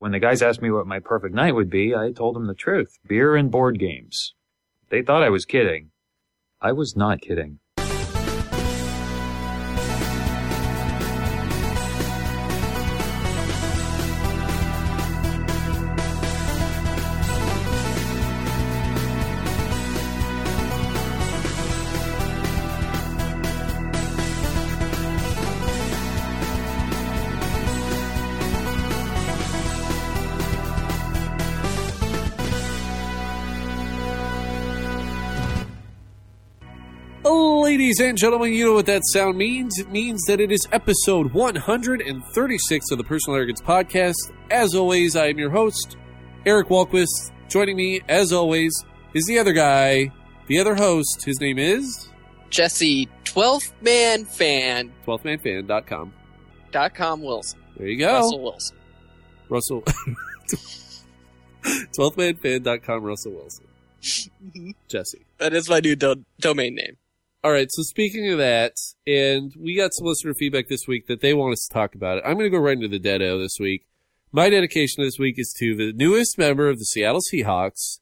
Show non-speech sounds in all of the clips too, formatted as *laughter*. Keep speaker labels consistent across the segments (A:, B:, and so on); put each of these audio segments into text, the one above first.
A: When the guys asked me what my perfect night would be, I told them the truth beer and board games. They thought I was kidding. I was not kidding.
B: Ladies and gentlemen, you know what that sound means. It means that it is episode 136 of the Personal Arrogance Podcast. As always, I am your host, Eric Walquist. Joining me, as always, is the other guy, the other host. His name is
C: Jesse 12th Man Fan
B: 12thmanfan.com.
C: dot com Wilson.
B: There you go.
C: Russell Wilson.
B: Russell. *laughs* 12thmanfan.com, Russell Wilson. Jesse.
C: That is my new do- domain name.
B: All right. So speaking of that, and we got some listener feedback this week that they want us to talk about it. I'm going to go right into the deado this week. My dedication this week is to the newest member of the Seattle Seahawks,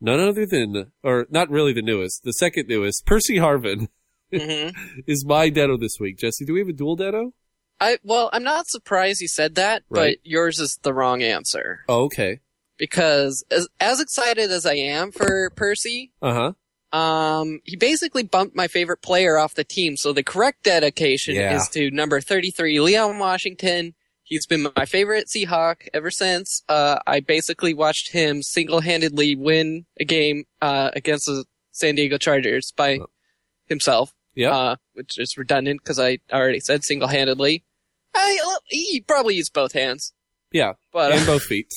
B: none other than, or not really the newest, the second newest, Percy Harvin *laughs*
C: hmm
B: is my deado this week. Jesse, do we have a dual deado?
C: I well, I'm not surprised you said that,
B: Right.
C: but yours is the wrong answer
B: Oh, okay.
C: because as, as excited as I am for Percy,
B: Uh huh.
C: um, he basically bumped my favorite player off the team. So the correct dedication
B: Yeah.
C: is to number 33, Leon Washington. He's been my favorite Seahawk ever since. Uh, I basically watched him single-handedly win a game, uh, against the San Diego Chargers by
B: Oh.
C: himself,
B: Yeah.
C: uh, which is redundant because I already said single-handedly. I, he probably used both hands,
B: yeah.
C: but,
B: And both feet.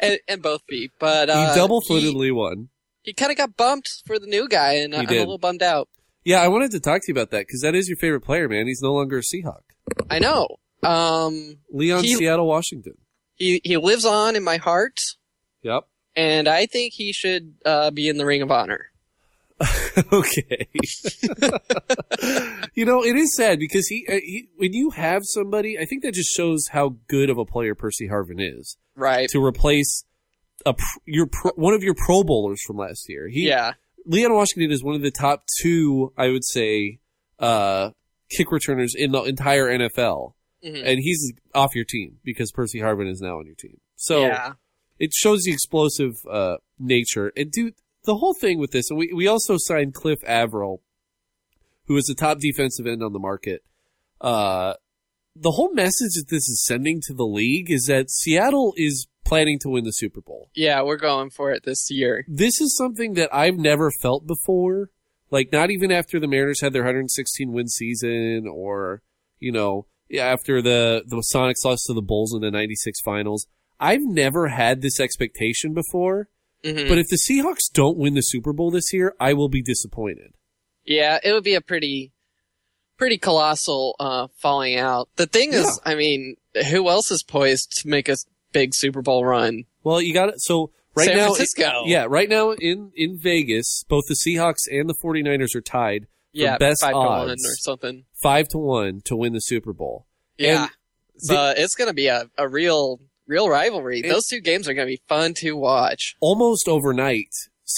C: and, and both feet, but, *laughs* uh,
B: he double footedly won.
C: he, kind of got bumped for the new guy and
B: He
C: I'm a
B: did.
C: little bummed out.
B: Yeah. I wanted to talk to you about that because that is your favorite player, man. He's no longer a Seahawk.
C: I know. Um,
B: Leon,
C: He-
B: Seattle, Washington.
C: he he lives on in my heart,
B: Yep.
C: and I think he should uh, be in the Ring of Honor. *laughs*
B: okay. you know, it is sad because he, uh, he, when you have somebody, I think that just shows how good of a player Percy Harvin is
C: Right?
B: to replace a pr- your pro, one of your Pro Bowlers from last year. He,
C: yeah.
B: Leon Washington is one of the top two, I would say, uh, kick returners in the entire NFL,
C: Mhm.
B: and he's off your team because Percy Harvin is now on your team. So
C: yeah.
B: it shows the explosive uh, nature. And dude, the whole thing with this, and we, we also signed Cliff Averill, who is the top defensive end on the market. Uh, the whole message that this is sending to the league is that Seattle is planning to win the Super Bowl.
C: Yeah, we're going for it this year.
B: This is something that I've never felt before. Like not even after the Mariners had their 116 win season, or you know, after the the Sonics lost to the Bulls in the '96 Finals. I've never had this expectation before.
C: Mhm.
B: But if the Seahawks don't win the Super Bowl this year, I will be disappointed.
C: yeah, it would be a pretty, pretty colossal uh, falling out. The thing is, I mean, who else is poised to make a s- big Super Bowl run?
B: Well, you got it. So right
C: San
B: now,
C: Francisco.
B: yeah, right now in in Vegas, both the Seahawks and the 49ers are tied
C: yeah,
B: best
C: five to one
B: odds.
C: or something.
B: 5 to 1 to win the Super Bowl.
C: Yeah,
B: And the-
C: but it's gonna be a, a real, real rivalry.
B: It-
C: Those two games are gonna be fun to watch.
B: almost overnight,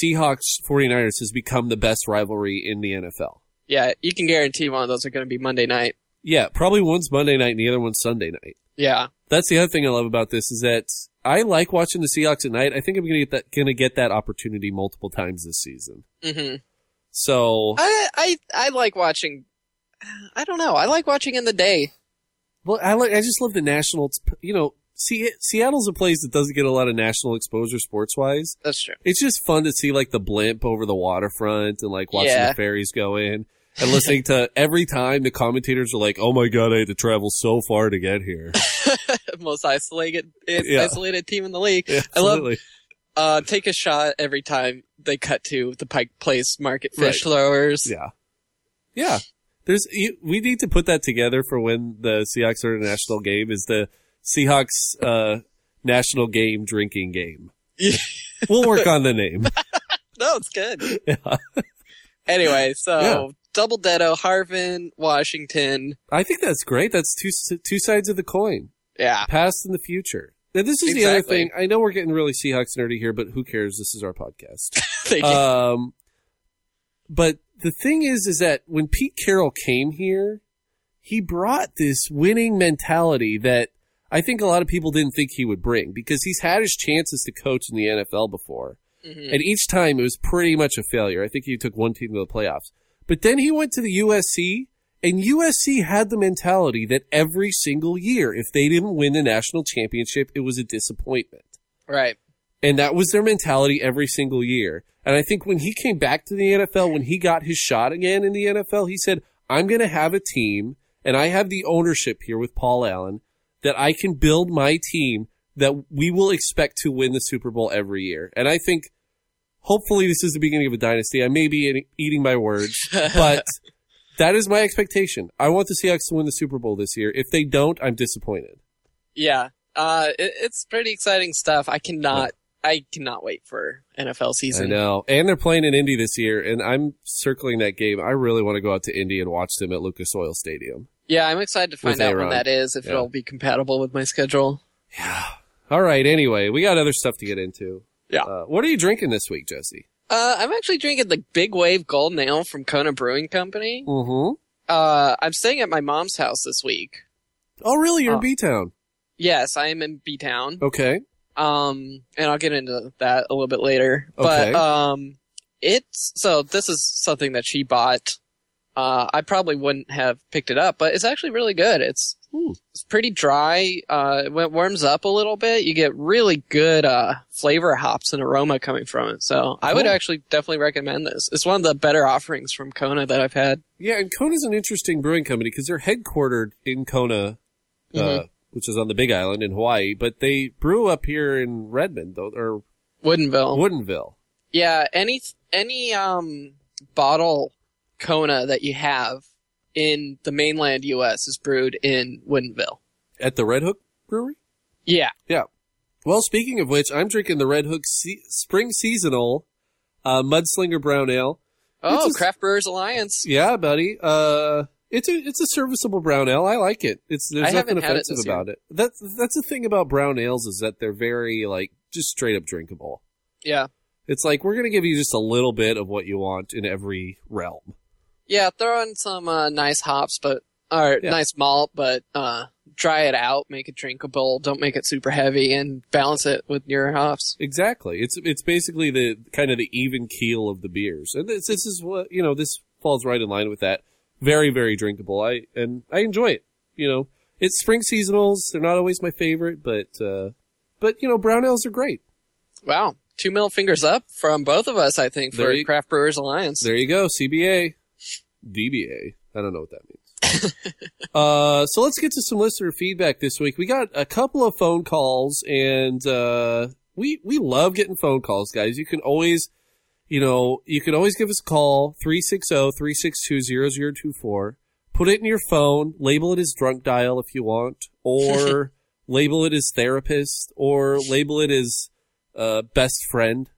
B: Seahawks 49ers has become the best rivalry in the NFL.
C: Yeah, you can guarantee one of those are gonna be Monday night.
B: Yeah, probably one's Monday night and the other one's Sunday night.
C: Yeah.
B: That's the other thing I love about this is that I like watching the Seahawks at night. I think I'm going to get that going to get that opportunity multiple times this season.
C: hmm
B: So
C: I, I I like watching. I don't know. I like watching in the day.
B: Well, I like. I just love the national. You know, see, Seattle's a place that doesn't get a lot of national exposure sports wise.
C: That's true. *laughs*
B: It's just fun to see like the blimp over the waterfront and like watching
C: Yeah.
B: the ferries go
C: *laughs*
B: in and listening to every time the commentators are like, "Oh my god, I had to travel so far to get here."
C: Most isolated is-
B: Yeah.
C: isolated team in the league. *laughs* I love
B: Absolutely.
C: uh, take a shot every time they cut to the Pike Place Market fish throwers.
B: Yeah, yeah. There's you, we need to put that together for when the Seahawks are at a national game. Is the Seahawks uh, national game drinking
C: *laughs*
B: game?
C: Yeah.
B: we'll work on the
C: *laughs*
B: name.
C: No, it's good.
B: Yeah.
C: *laughs* Anyway, so
B: Yeah.
C: double deado, Harvin, Washington.
B: I think that's great. That's two two sides of the coin,
C: Yeah, *laughs*
B: past and the future. Now, this is the other
C: Exactly.
B: thing. I know we're getting really Seahawks nerdy here, but who cares? This is our podcast.
C: They get-
B: Um, but the thing is, is that when Pete Carroll came here, he brought this winning mentality that I think a lot of people didn't think he would bring because he's had his chances to coach in the NFL before.
C: mhm.
B: And each time it was pretty much a failure. I think he took one team to the playoffs. But then he went to the USC, and USC had the mentality that every single year, if they didn't win the national championship, it was a disappointment.
C: Right.
B: And that was their mentality every single year. And I think when he came back to the NFL, when he got his shot again in the NFL, he said, I'm going to have a team and I have the ownership here with Paul Allen that I can build my team that we will expect to win the Super Bowl every year. And I think hopefully this is the beginning of a dynasty. I may be eating- eating my words, but that is my expectation. I want the Seahawks to win the Super Bowl this year. If they don't, I'm disappointed.
C: yeah. Uh, it, it's pretty exciting stuff. I cannot. I cannot wait for NFL
B: I
C: season.
B: know. And they're playing in Indy this year, and I'm circling that game. I really want to go out to Indy and watch them at Lucas Oil Stadium.
C: Yeah, I'm excited to
B: With
C: find out when
B: A-Rod.
C: that is. If
B: Yeah.
C: it'll be compatible with my schedule.
B: Yeah. All right. Anyway, we got other stuff to get into.
C: Yeah.
B: Uh, what are you drinking this week, Jesse?
C: Uh, I'm actually drinking the Big Wave Golden Ale from Kona Brewing Company.
B: Mm-hmm.
C: Uh, I'm staying at my mom's house this week.
B: Oh, really? You're in
C: Uh,
B: B Town.
C: Yes, I am in B Town.
B: Okay.
C: Um, and I'll get into that a little bit later.
B: Okay.
C: But um, it's so this is something that she bought. Uh, I probably wouldn't have picked it up, but it's actually really good. It's
B: Ooh.
C: it's pretty dry. Uh, when it warms up a little bit, you get really good uh flavor hops and aroma coming from it. So I would
B: Cool.
C: actually definitely recommend this. It's one of the better offerings from Kona that I've had.
B: Yeah, and Kona's an interesting brewing company because they're headquartered in Kona, uh,
C: Mhm.
B: which is on the Big Island in Hawaii, but they brew up here in Redmond though, or
C: Mm-hmm. Woodenville.
B: Woodinville.
C: Yeah, any any um bottle Kona that you have in the mainland US is brewed in Woodinville.
B: At the Red Hook Brewery?
C: Yeah.
B: Well, speaking of which, I'm drinking the Red Hook se- Spring Seasonal uh, Mudslinger Brown Ale.
C: Oh,
B: This is-
C: Craft Brewers Alliance.
B: Yeah, buddy. Uh, it's a it's a serviceable brown ale. I like it. It's there's
C: I
B: nothing
C: haven't had it
B: offensive
C: this year.
B: about it. That's that's the thing about brown ales is that they're very like just straight up drinkable.
C: Yeah.
B: It's like we're gonna give you just a little bit of what you want in every realm.
C: Yeah, throw in some uh, nice hops but or
B: Yeah.
C: nice malt, but uh dry it out, make it drinkable, don't make it super heavy and balance it with your hops.
B: Exactly. It's it's basically the kind of the even keel of the beers, and this this is what you know. This falls right in line with that. Very very drinkable. I and I enjoy it. You know, it's spring seasonals. They're not always my favorite, but uh, but you know, brown ales are great.
C: Wow. Two middle fingers up from both of us, I think,
B: There
C: for
B: you-
C: Craft Brewers Alliance.
B: There you go. CBA, DBA. I don't know what that means. uh, so let's get to some listener feedback this week. We got a couple of phone calls, and uh, we we love getting phone calls, guys. You can always, you know, you can always give us a call 360-362-0024. Put it in your phone. Label it as drunk dial if you want, or label it as therapist, or label it as uh, best friend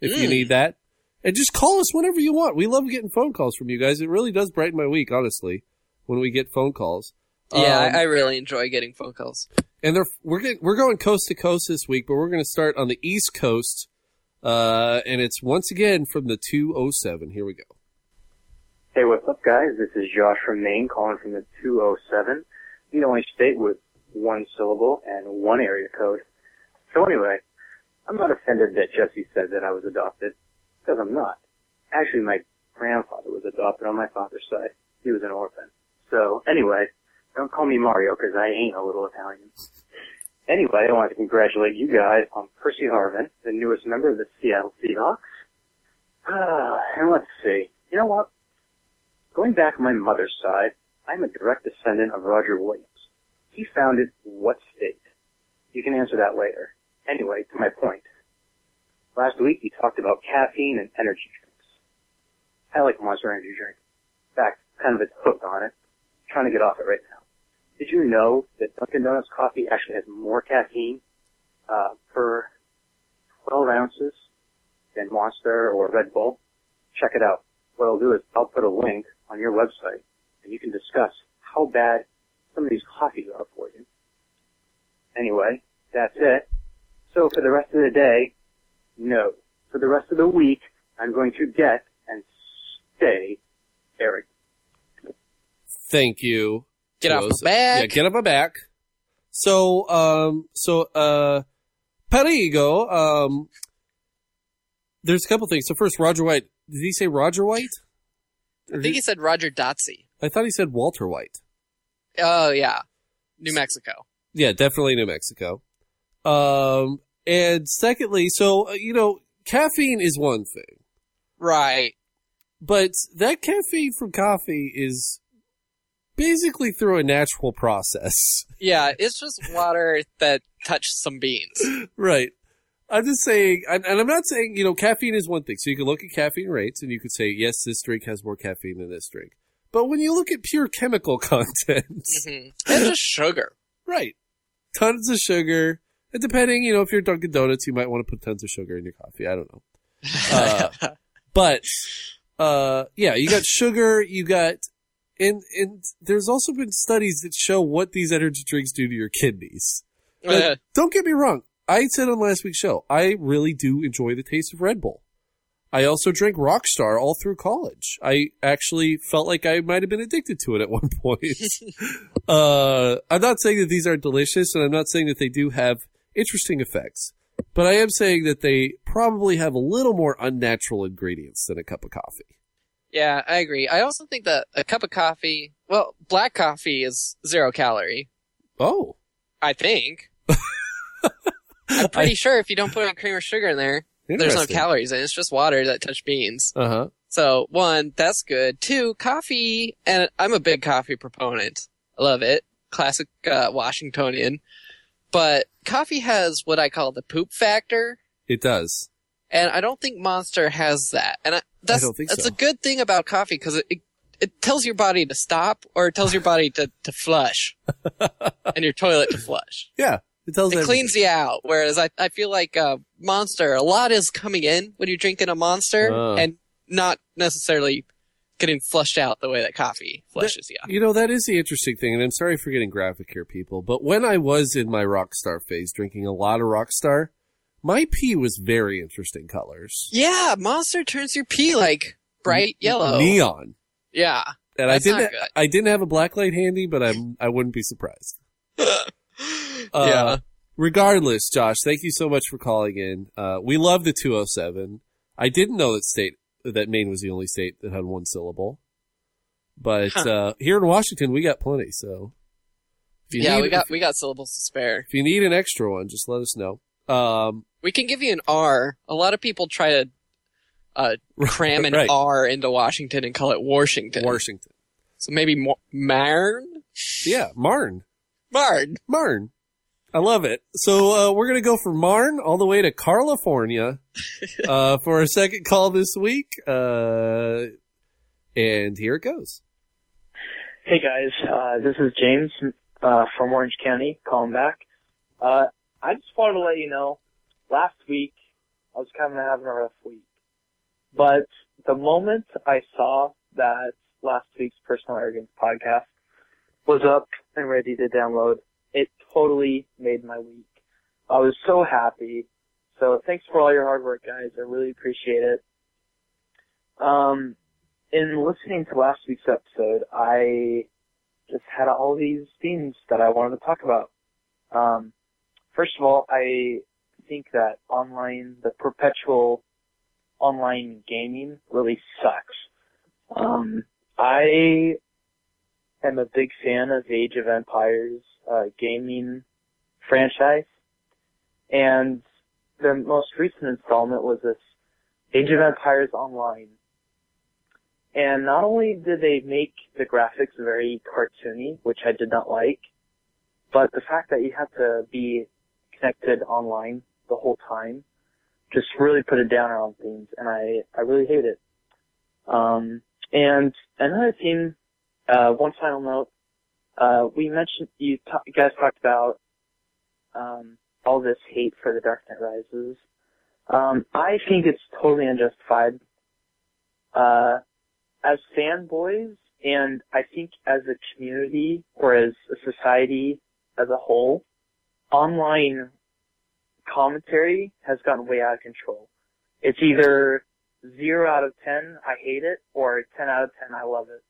B: if you
C: Mm.
B: need that. And just call us whenever you want. We love getting phone calls from you guys. It really does brighten my week, honestly, when we get phone calls.
C: yeah,
B: Um,
C: I, I really enjoy getting phone calls.
B: and they're, we're getting, we're going coast to coast this week, but we're going to start on the East Coast, uh, and it's once again from the 207. Here we go.
D: Hey, what's up, guys? This is Josh from Maine calling from the 207, the only state with one syllable and one area code. So anyway, I'm not offended that Jesse said that I was adopted, because I'm not. Actually, my grandfather was adopted on my father's side. He was an orphan. So anyway, don't call me Mario, because I ain't a little Italian. Anyway, I want to congratulate you guys on Percy Harvin, the newest member of the Seattle Seahawks. Ah, and let's see. You know what? Going back on my mother's side, I'm a direct descendant of Roger Williams. He founded what state? You can answer that later. Anyway, to my point. Last week you talked about caffeine and energy drinks. I like Monster Energy drink. In fact, kind of it's hooked on it. trying to get off it right now. Did you know that Dunkin' Donuts coffee actually has more caffeine uh, per 12 ounces than Monster or Red Bull? Check it out what I'll do is I'll put a link on your website and you can discuss how bad some of these coffees are for you. Anyway,
E: That's it. So for the rest of the day, no. For the rest of the week, I'm going to get and stay arrogant.
B: Thank you.
C: Get off my
B: Joseph.
C: back.
B: Yeah, get off my back. So, um, so, uh, Perigo, um, there's a couple things. So first, Roger White. Did he say Roger White?
C: I think he said Roger Dotsey.
B: I thought he said Walter White.
C: Oh yeah, New Mexico.
B: Yeah, definitely New Mexico. Um, and secondly, so, uh, you know, caffeine is one thing.
C: Right.
B: But that caffeine from coffee is basically through a natural process. *laughs*
C: Yeah, it's just water that touched some beans.
B: right. I'm just saying, and and I'm not saying, you know, caffeine is one thing. So you can look at caffeine rates and you could say, yes, this drink has more caffeine than this drink. But when you look at pure chemical *laughs* content,
C: Mhm. and just *laughs* sugar.
B: right, tons of sugar. And depending, you know, if you're Dunkin' Donuts, you might want to put tons of sugar in your coffee. I don't know. Uh, But uh, yeah, you got sugar, you got and and there's also been studies that show what these energy drinks do to your kidneys.
C: Uh,
B: But don't get me wrong. I said on last week's show, I really do enjoy the taste of Red Bull. I also drank Rockstar all through college. I actually felt like I might have been addicted to it at one *laughs*
C: *laughs*
B: point. uh, I'm not saying that these are delicious, and I'm not saying that they do have interesting effects, but I am saying that they probably have a little more unnatural ingredients than a cup of coffee.
C: yeah, I agree. I also think that a cup of coffee, well, black coffee is zero calorie.
B: Oh,
C: I *laughs* think. I'm pretty sure if you don't put any cream or sugar in there, there's no calories in it. It's just water that touched beans.
B: Uh huh.
C: So one, that's good. Two, coffee, and I'm a big coffee proponent. I love it. Classic uh, Washingtonian. But coffee has what I call the poop factor,
B: It does.
C: and I don't think Monster has that. And I, that's
B: don't think
C: that's
B: so.
C: a good thing about coffee because it, it it tells your body to stop or it tells your body to
B: *laughs*
C: to flush and your toilet to flush.
B: Yeah, it tells.
C: It
B: everything.
C: cleans you out. Whereas I I feel like uh, Monster a lot is coming in when you're drinking a Monster
B: Oh.
C: and not necessarily getting flushed out the way that coffee flushes you. out.
B: You know, that is the interesting thing, and I'm sorry for getting graphic here, people, but when I was in my Rockstar phase, drinking a lot of Rockstar, my pee was very interesting colors.
C: Yeah, Monster turns your pee like bright yellow.
B: Neon.
C: Yeah.
B: And
C: That's
B: I didn't
C: not good.
B: I didn't have a black light handy, but I'm I wouldn't be surprised. Uh,
C: *laughs* yeah.
B: Regardless, Josh, thank you so much for calling in. Uh, we love the 207. I didn't know that state that Maine was the only state that had one syllable, but
C: Huh.
B: uh, here in Washington we got plenty. So if you
C: Yeah,
B: need-
C: we got we got syllables to spare.
B: If you need an extra one, just let us know. Um,
C: We can give you an R. A lot of people try to uh, cram an
B: *laughs* Right.
C: R into Washington and call it Washington.
B: Washington.
C: so maybe Mo- Marn?
B: Yeah, Marn.
C: Marn.
B: Marn. I love it. So uh, we're going to go from Marn all the way to
C: *laughs*
B: California uh, for our second call this week. Uh, and here it goes.
E: Hey guys, uh, this is James uh, from Orange County calling back. Uh, I just wanted to let you know, last week I was kind of having a rough week, but the moment I saw that last week's Personal Arrogance podcast was up and ready to download, it totally made my week. I was so happy. So thanks for all your hard work, guys. I really appreciate it. Um, in listening to last week's episode, I just had all these themes that I wanted to talk about. Um, first of all, I think that online, the perpetual online gaming really sucks. Um, I am a big fan of Age of Empires uh, gaming franchise, and the most recent installment was this Age of Empires Online and not only did they make the graphics very cartoony, which I did not like, but the fact that you had to be connected online the whole time just really put a downer on things, and I, I really hate it. Um, and another thing, uh, one final note, uh, we mentioned, you, ta- you guys talked about, um, all this hate for The Dark Knight Rises. Um, I think it's totally unjustified. Uh, as fanboys and I think as a community or as a society as a whole, online commentary has gotten way out of control. It's either zero out of ten, I hate it, or ten out of ten, I love it.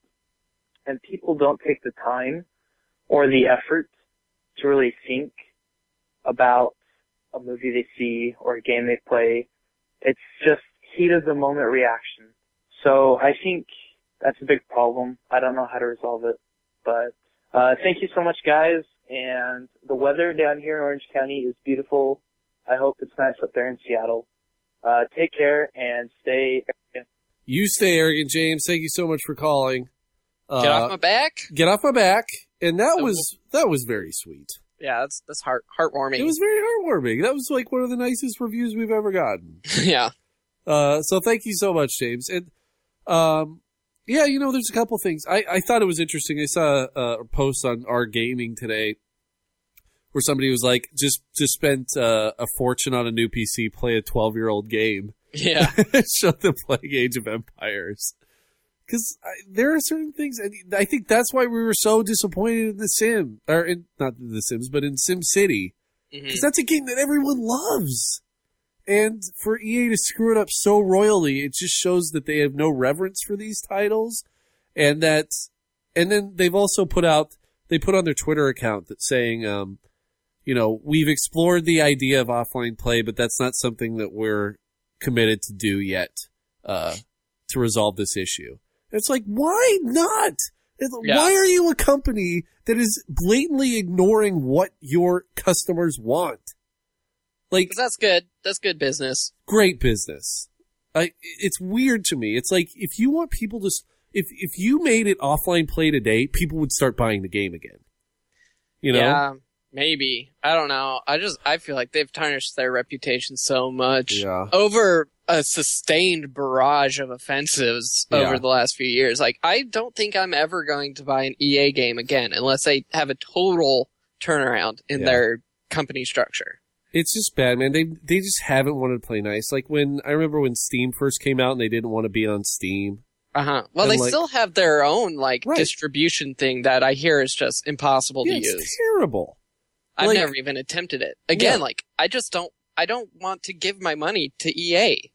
E: And people don't take the time or the effort to really think about a movie they see or a game they play. It's just heat of the moment reaction. So I think that's a big problem. I don't know how to resolve it, but uh, thank you so much, guys. And the weather down here in Orange County is beautiful. I hope it's nice up there in Seattle. Uh, take care and stay.
B: You stay arrogant, James. Thank you so much for calling. Uh,
C: Get off my back.
B: get off my back. And that
C: Oh.
B: was that was very sweet.
C: Yeah, that's that's heart heartwarming.
B: It was very heartwarming. That was like one of the nicest reviews we've ever gotten.
C: *laughs* yeah,
B: Uh, so thank you so much, James. And um, yeah, you know, there's a couple things. I, I thought it was interesting. I saw a, a post on our gaming today where somebody was like, just just spent uh, a fortune on a new PC, play a 12 year old game, *laughs*
C: yeah,
B: show them playing Age of Empires. Because there are certain things, and I think that's why we were so disappointed in The Sim, or in, not The Sims, but in Sim City
C: Mhm.
B: because that's a game that everyone loves. And for EA to screw it up so royally, it just shows that they have no reverence for these titles, and that, and then they've also put out they put on their Twitter account that saying, um, you know, we've explored the idea of offline play, but that's not something that we're committed to do yet uh, to resolve this issue. It's like, why not? It's-
C: Yeah.
B: Why are you a company that is blatantly ignoring what your customers want? Like,
C: 'Cause that's good. That's good business.
B: great business. I, it's weird to me. It's like if you want people to, s- if if you made it offline play today, people would start buying the game again. You know,
C: yeah, maybe I don't know. I just I feel like they've tarnished their reputation so much
B: Yeah.
C: over a sustained barrage of offensives
B: Yeah.
C: over the last few years. Like I don't think I'm ever going to buy an EA game again unless they have a total turnaround in
B: Yeah.
C: their company structure.
B: It's just bad, man. They they just haven't wanted to play nice. Like when I remember when Steam first came out and they didn't want to be on Steam.
C: Uh huh. Well,
B: And,
C: they
B: like-
C: still have their own like
B: Right.
C: distribution thing that I hear is just impossible
B: Yeah,
C: to
B: it's
C: use.
B: terrible.
C: I've
B: Like-
C: never even attempted it. Again, like I just don't I don't want to give my money to E EA.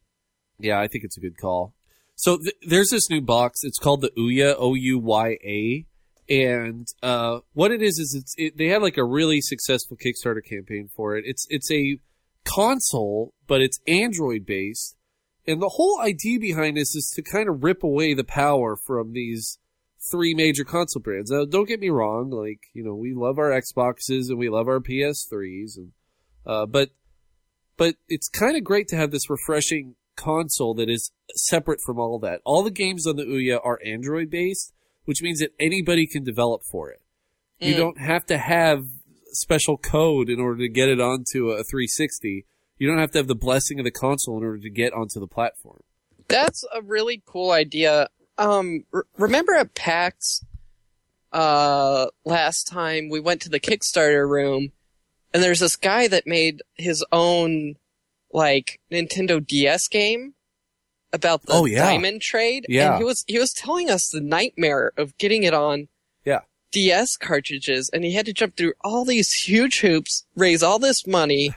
B: Yeah, I think it's a good call. So th- there's this new box. It's called the Ouya O U Y A, and uh, what it is is it's it, they had like a really successful Kickstarter campaign for it. It's it's a console, but it's Android based, and the whole idea behind this is to kind of rip away the power from these three major console brands. Now, don't get me wrong. Like you know, we love our Xboxes and we love our PS3s, and uh, but but it's kind of great to have this refreshing console that is separate from all that. All the games on the Ouya are Android based, which means that anybody can develop for it. You
C: Mm.
B: don't have to have special code in order to get it onto a 360. You don't have to have the blessing of the console in order to get onto the platform.
C: That's a really cool idea. Um, r- remember at PAX uh, last time we went to the Kickstarter room, and there's this guy that made his own like Nintendo DS game about the
B: Oh, yeah.
C: diamond trade.
B: Yeah.
C: and he was he was telling us the nightmare of getting it on.
B: Yeah.
C: DS cartridges, and he had to jump through all these huge hoops, raise all this
B: *laughs*
C: money,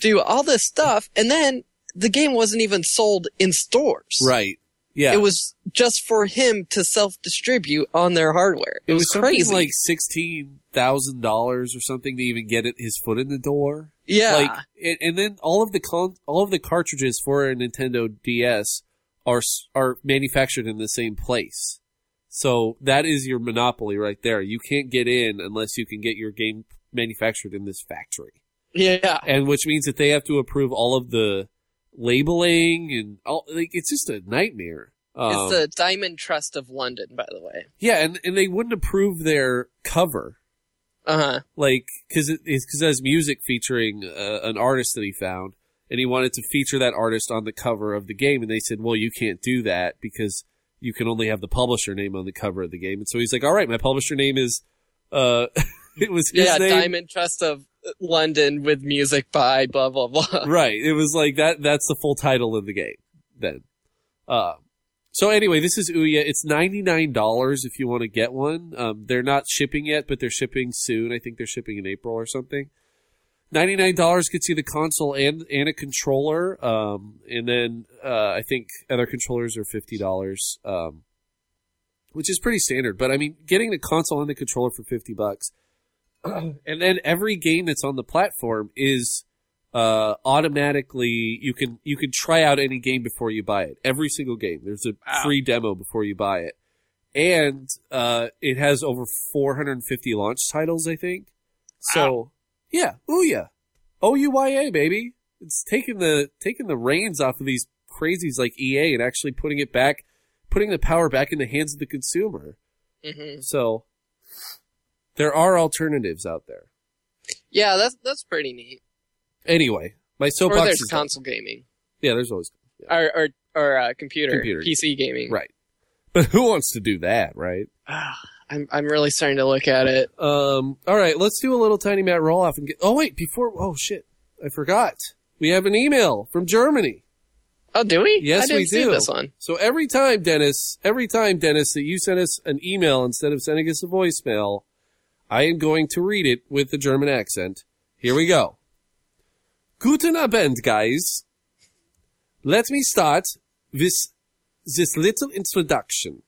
C: do all this stuff, and then the game wasn't even sold in stores.
B: Right. Yeah.
C: It was just for him to self distribute on their hardware. It, was,
B: something
C: crazy.
B: like sixteen thousand dollars or something to even get it, his foot in the door.
C: yeah.
B: Like, and, and then all of the con- all of the cartridges for a Nintendo DS are s- are manufactured in the same place. So that is your monopoly right there. You can't get in unless you can get your game manufactured in this factory,
C: yeah.
B: and which means that they have to approve all of the labeling and all. Like it's just a nightmare. Um,
C: it's the Diamond Trust of London, by the way.
B: yeah, and, and they wouldn't approve their cover
C: Uh huh.
B: like because it is because it has music featuring uh, an artist that he found and he wanted to feature that artist on the cover of the game and they said well you can't do that because you can only have the publisher name on the cover of the game and so he's like all right my publisher name is uh *laughs* it was his
C: Yeah,
B: name
C: Diamond Trust of London with music by blah blah blah.
B: *laughs* right it was like that that's the full title of the game then uh so anyway, this is Ouya. It's ninety nine dollars if you want to get one. Um, they're not shipping yet, but they're shipping soon. I think they're shipping in April or something. ninety nine dollars gets you the console and and a controller. Um, and then uh, I think other controllers are fifty dollars, um, which is pretty standard. But I mean, getting the console and the controller for fifty bucks, *clears throat* and then every game that's on the platform is uh, automatically you can you can try out any game before you buy it. Every single game, there's a
C: Wow.
B: free demo before you buy it, and uh, it has over 450 launch titles, I think. So yeah, ooh yeah, OUYA baby. It's taking the taking the reins off of these crazies like EA and actually putting it back, putting the power back in the hands of the consumer.
C: hmm
B: So there are alternatives out there.
C: Yeah, that's that's pretty neat.
B: Anyway, my
C: or
B: soapbox
C: there's
B: is
C: console gaming
B: yeah. There's always
C: or or, or uh, computer,
B: Computer.
C: PC gaming.
B: Right. But who wants to do that, right?
C: Ah, I'm I'm really starting to look at it.
B: Um, all right, let's do a little tiny Matt roll off and get. Oh wait, before. Oh shit, I forgot. We have an email from Germany.
C: Oh, do we?
B: Yes,
C: I didn't
B: we
C: see
B: do.
C: this one.
B: So every time, Dennis, every time, Dennis, that you send us an email instead of sending us a voicemail, I am going to read it with a German accent. Here we go. Guten Abend, guys. Let me start with this little introduction.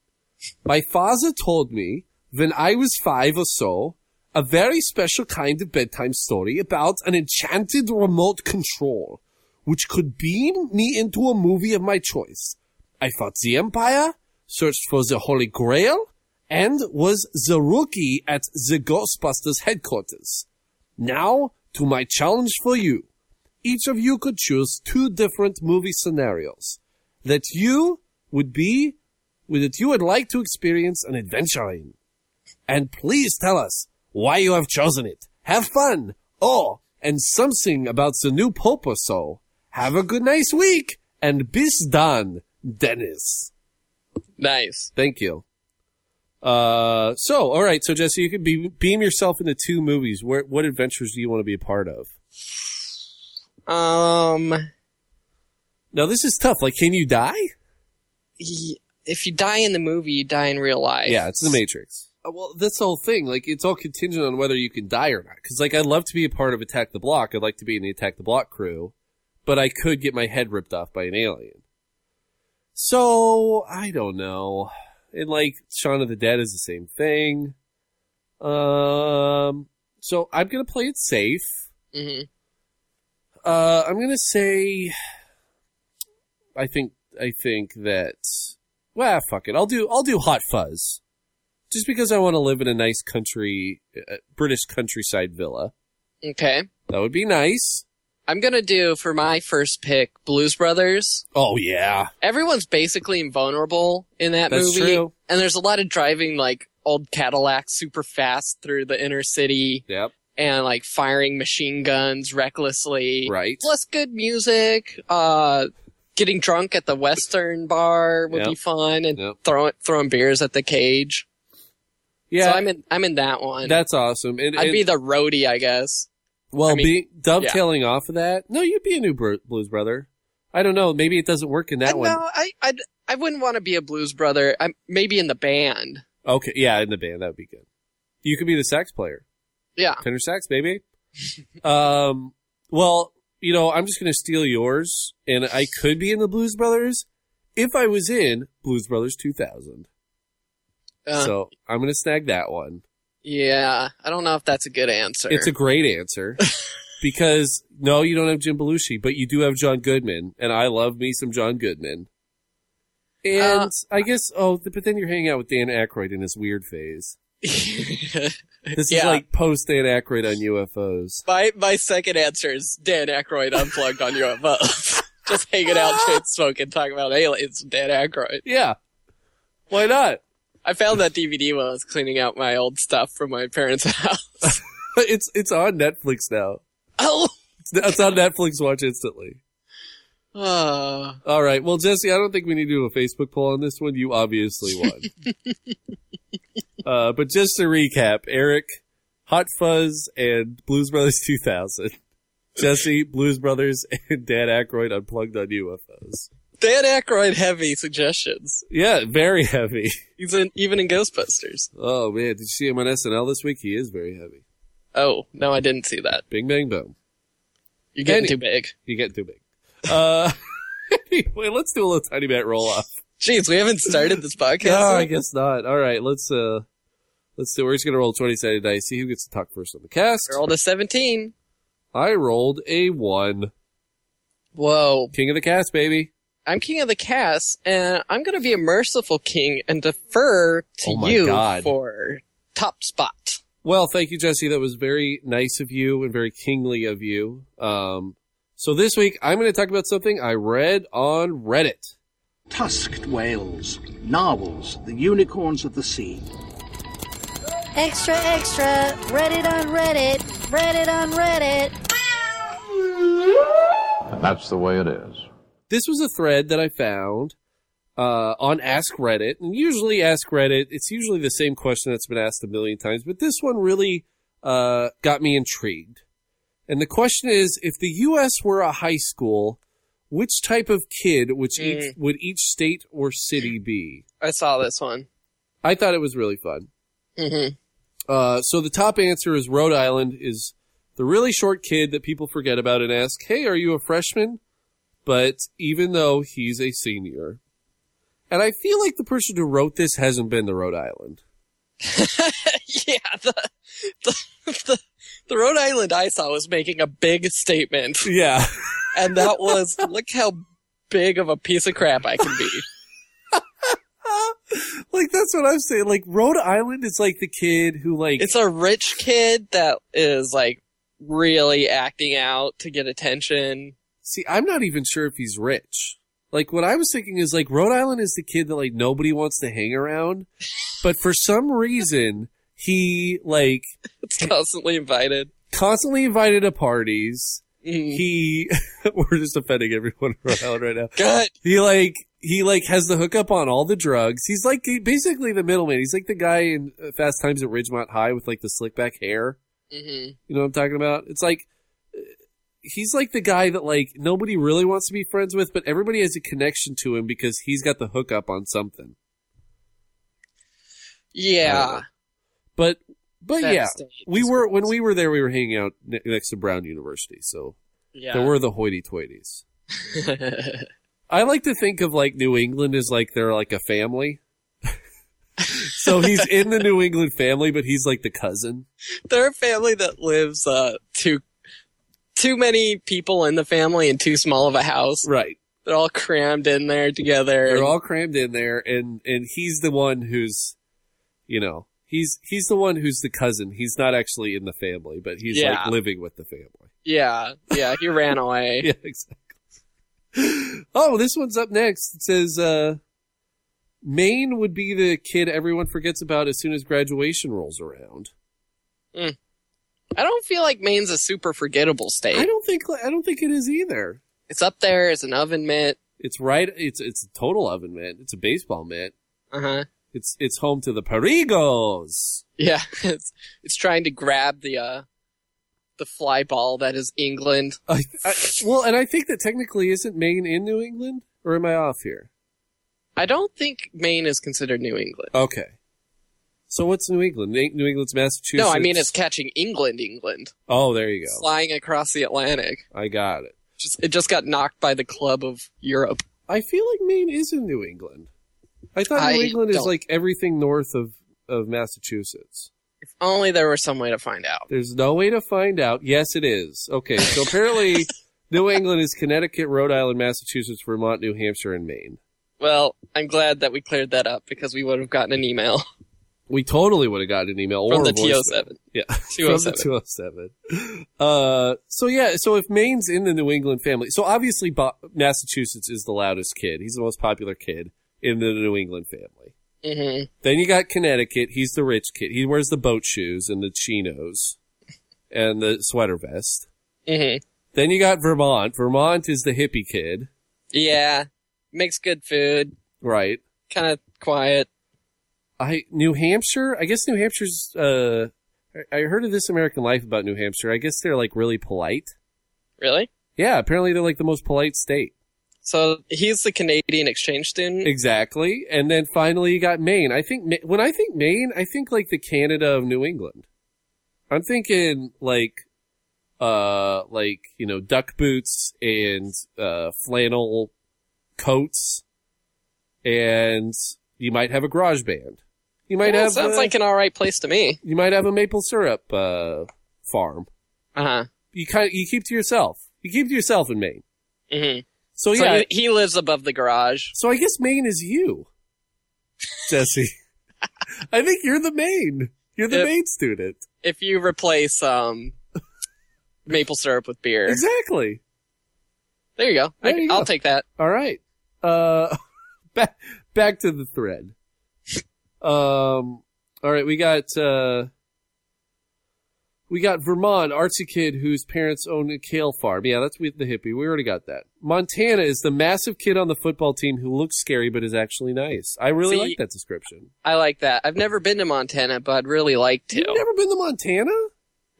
B: My father told me when I was five or so a very special kind of bedtime story about an enchanted remote control which could beam me into a movie of my choice. I fought the Empire, searched for the Holy Grail, and was the rookie at the Ghostbusters headquarters. Now to my challenge for you. Each of you could choose two different movie scenarios that you would be, that you would like to experience an adventure in. And please tell us why you have chosen it. Have fun. Oh, and something about the new Pope or so. Have a good nice week and bis dann, Dennis.
C: Nice.
B: Thank you. Uh, so all right, so Jesse, you could be, beam yourself into two movies. Where, what adventures do you want to be a part of?
C: Um,
B: Now this is tough. Like, can you die?
C: y- if you die in the movie, you die in real life.
B: Yeah, it's The Matrix. Uh, Well, that's the whole thing. Like, it's all contingent on whether you can die or not. Because, like, I'd love to be a part of Attack the Block. I'd like to be in the Attack the Block crew, but I could get my head ripped off by an alien. So I don't know. And like Shaun of the Dead is the same thing. Um, so I'm gonna play it safe.
C: hmm
B: Uh, I'm gonna say, I think, I think that, well, fuck it. I'll do, I'll do Hot Fuzz, just because I want to live in a nice country, uh, British countryside villa.
C: Okay.
B: That would be nice.
C: I'm gonna do for my first pick Blues Brothers.
B: Oh yeah,
C: Everyone's basically invulnerable in that
B: that's
C: movie,
B: true.
C: and there's a lot of driving like old Cadillacs super fast through the inner city
B: Yep,
C: and like firing machine guns recklessly.
B: right.
C: Plus good music. Uh, getting drunk at the Western bar would be
B: Yep.
C: fun, and
B: Yep.
C: throwing throwing beers at the cage.
B: Yeah,
C: so I'm in I'm in that one.
B: that's awesome. And,
C: I'd
B: and-
C: be the roadie, I guess.
B: well,
C: I mean,
B: be, dovetailing off of that. No, you'd be a new Bru- Blues Brother. I don't know. Maybe it doesn't work in that
C: Uh,
B: one.
C: No, I I'd, I wouldn't want to be a blues brother. I'm maybe in the band.
B: Okay, yeah, in the band that would be good. You could be the sax player.
C: Yeah.
B: Tenor sax, baby. um, well, you know, I'm just going to steal yours, and I could be in the Blues Brothers if I was in Blues Brothers 2000.
C: Uh,
B: so I'm going to snag that one.
C: yeah, I don't know if that's a good answer.
B: It's a great answer because no, you don't have Jim Belushi, but you do have John Goodman, and I love me some John Goodman. And
C: Uh,
B: I guess oh, th- but then you're hanging out with Dan Aykroyd in his weird phase. This is
C: Yeah.
B: like post Dan Aykroyd on UFOs.
C: *laughs* my my second answer is Dan Aykroyd unplugged on UFOs. *laughs* Just hanging out,
B: *laughs*
C: shit smoking, talking about aliens. Dan Aykroyd.
B: Yeah. Why not?
C: I found that DVD while I was cleaning out my old stuff from my parents' *laughs* house.
B: *laughs* It's it's on Netflix now.
C: oh,
B: It's, it's on Netflix. Watch instantly.
C: uh,
B: All right. Well, Jesse, I don't think we need to do a Facebook poll on this one. You obviously won. uh, but just to recap, Eric, Hot Fuzz, and Blues Brothers 2000. Jesse, Blues Brothers, and Dan Aykroyd unplugged on UFOs.
C: Dan Aykroyd heavy suggestions.
B: Yeah, very heavy.
C: He's in even in Ghostbusters.
B: Oh man, did you see him on SNL this week? He is very heavy.
C: Oh no, I didn't see that.
B: Bing bang boom.
C: You're getting
B: Any-
C: too big.
B: You're getting too big. Uh, *laughs* anyway, let's do a little tiny bat roll off.
C: Jeez, we haven't started this
B: *laughs*
C: podcast.
B: No,
C: yet.
B: I guess not. All right, let's uh, let's do. We're just gonna roll twenty sided dice. See who gets to talk first on the cast.
C: I rolled a 17.
B: I rolled a one.
C: Whoa.
B: King of the cast, baby.
C: I'm king of the cast, and I'm going to be a merciful king and defer to
B: Oh my
C: you
B: God.
C: for top spot.
B: Well, thank you, Jesse. That was very nice of you and very kingly of you. Um, so this week I'm going to talk about something I read on Reddit.
F: Tusked whales, narwhals, the unicorns of the sea.
G: Extra, extra, Reddit on Reddit, Reddit on Reddit.
H: That's the way it is.
B: this was a thread that I found uh, on Ask Reddit, and usually Ask Reddit, it's usually the same question that's been asked a million times, but this one really uh, got me intrigued. And the question is, if the U.S. were a high school, which type of kid which each, would each state or city be?
C: I saw this one. *laughs*
B: I thought it was really fun.
C: hmm
B: Uh, so the top answer is Rhode Island is the really short kid that people forget about and ask, "Hey, are you a freshman?" But even though he's a senior, and I feel like the person who wrote this hasn't been to Rhode Island.
C: yeah, the, the, *laughs* the, the Rhode Island I saw was making a big statement,
B: Yeah,
C: and that was *laughs* look how big of a piece of crap I
B: *laughs*
C: can be.
B: *laughs* like that's what I'm saying. Like Rhode Island is like the kid who like
C: It's a rich kid that is like really acting out to get attention.
B: See, I'm not even sure if he's rich. Like what I was thinking is like Rhode Island is the kid that like nobody wants to hang around, but for some reason he like
C: It's constantly invited.
B: constantly invited to parties.
C: Mm.
B: He, *laughs* we're just offending everyone *laughs* around right now.
C: Good.
B: He like, he like has the hookup on all the drugs. He's like he- basically the middleman. He's like the guy in uh, Fast Times at Ridgemont High with like the slick back hair.
C: hmm
B: You know what I'm talking about? It's like, uh, he's like the guy that like nobody really wants to be friends with, but everybody has a connection to him because he's got the hookup on something.
C: Yeah.
B: But, but
C: That
B: yeah,
C: state
B: we
C: is
B: were, when
C: gross.
B: we were there, we were hanging out ne- next to Brown University. So
C: Yeah.
B: there were the hoity-toities.
C: *laughs*
B: I like to think of like New England as like they're like a family. *laughs* so he's in the New England family, but he's like the cousin.
C: They're a family that lives uh, too too many people in the family and too small of a house.
B: Right.
C: They're all crammed in there together.
B: They're all crammed in there and and he's the one who's you know, he's he's the one who's the cousin. He's not actually in the family, but he's
C: Yeah.
B: like living with the family. *laughs*
C: yeah, yeah. He ran away.
B: Yeah, exactly. Oh, this one's up next. It says uh Maine would be the kid everyone forgets about as soon as graduation rolls around.
C: I don't feel like Maine's a super forgettable state.
B: I don't think I don't think it is either.
C: it's up there. It's an oven mitt.
B: It's right. It's it's a total oven mitt. It's a baseball mitt.
C: Uh
B: Uh-huh.
C: huh.
B: It's it's home to the Perigos.
C: Yeah. *laughs* It's it's trying to grab the uh the fly ball that is England.
B: I, I, well, and I think that technically isn't Maine in New England, or am I off here?
C: I don't think Maine is considered New England.
B: Okay. So what's New England? Na- New England's Massachusetts.
C: No, I mean it's catching England, England,
B: oh, there you go.
C: flying across the Atlantic.
B: I got it.
C: Just it just got knocked by the club of Europe.
B: I feel like Maine is in New England. I thought New
C: I
B: England is
C: don't-
B: like everything north of of Massachusetts.
C: If only there were some way to find out.
B: There's no way to find out. Yes, it is. Okay, so
C: *laughs*
B: apparently New England is Connecticut, Rhode Island, Massachusetts, Vermont, New Hampshire, and Maine.
C: Well, I'm glad that we cleared that up because we would have gotten an email *laughs*
B: We totally would have gotten an email
C: from
B: or
C: the oh
B: a voicemail.
C: TO7. *laughs*
B: Yeah, from
C: 207.
B: the 207. Uh, so yeah, so if Maine's in the New England family, so obviously Bo- Massachusetts is the loudest kid. He's the most popular kid in the New England family.
C: hmm
B: Then you got Connecticut. He's the rich kid. He wears the boat shoes and the chinos and the sweater vest.
C: hmm
B: Then you got Vermont. Vermont is the hippie kid.
C: Yeah, makes good food,
B: Right.
C: kind of quiet.
B: I New Hampshire. I guess New Hampshire's. Uh, I I heard of This American Life about New Hampshire. I guess they're like really polite.
C: Really?
B: Yeah, apparently they're like the most polite state.
C: So he's the Canadian exchange student.
B: Exactly. And then finally you got Maine. I think Ma- when I think Maine, I think like the Canada of New England. I'm thinking like uh, like you know, duck boots and uh, flannel coats, and you might have a garage band. You might
C: Yeah,
B: have
C: sounds
B: uh,
C: like an alright place to me.
B: you might have a maple syrup uh, farm.
C: Uh huh.
B: You kind of, you keep to yourself. You keep to yourself in Maine.
C: hmm
B: So
C: so
B: yeah,
C: he, he lives above the garage.
B: So I guess Maine is you, Jesse. I think you're the Maine. You're the
C: Yep.
B: Maine student.
C: If you
B: *laughs*
C: replace um maple syrup with beer,
B: Exactly.
C: there you go.
B: There
C: I,
B: you
C: I'll
B: go.
C: take that.
B: All right. Uh, *laughs* back back to the thread. Um. All right, we got uh, we got Vermont artsy kid whose parents own a kale farm. Yeah, that's with the hippie. We already got that. Montana is the massive kid on the football team who looks scary but is actually nice. I really
C: See-
B: like that description.
C: I like that. I've never been to Montana, but I'd really like to.
B: You've never been to Montana?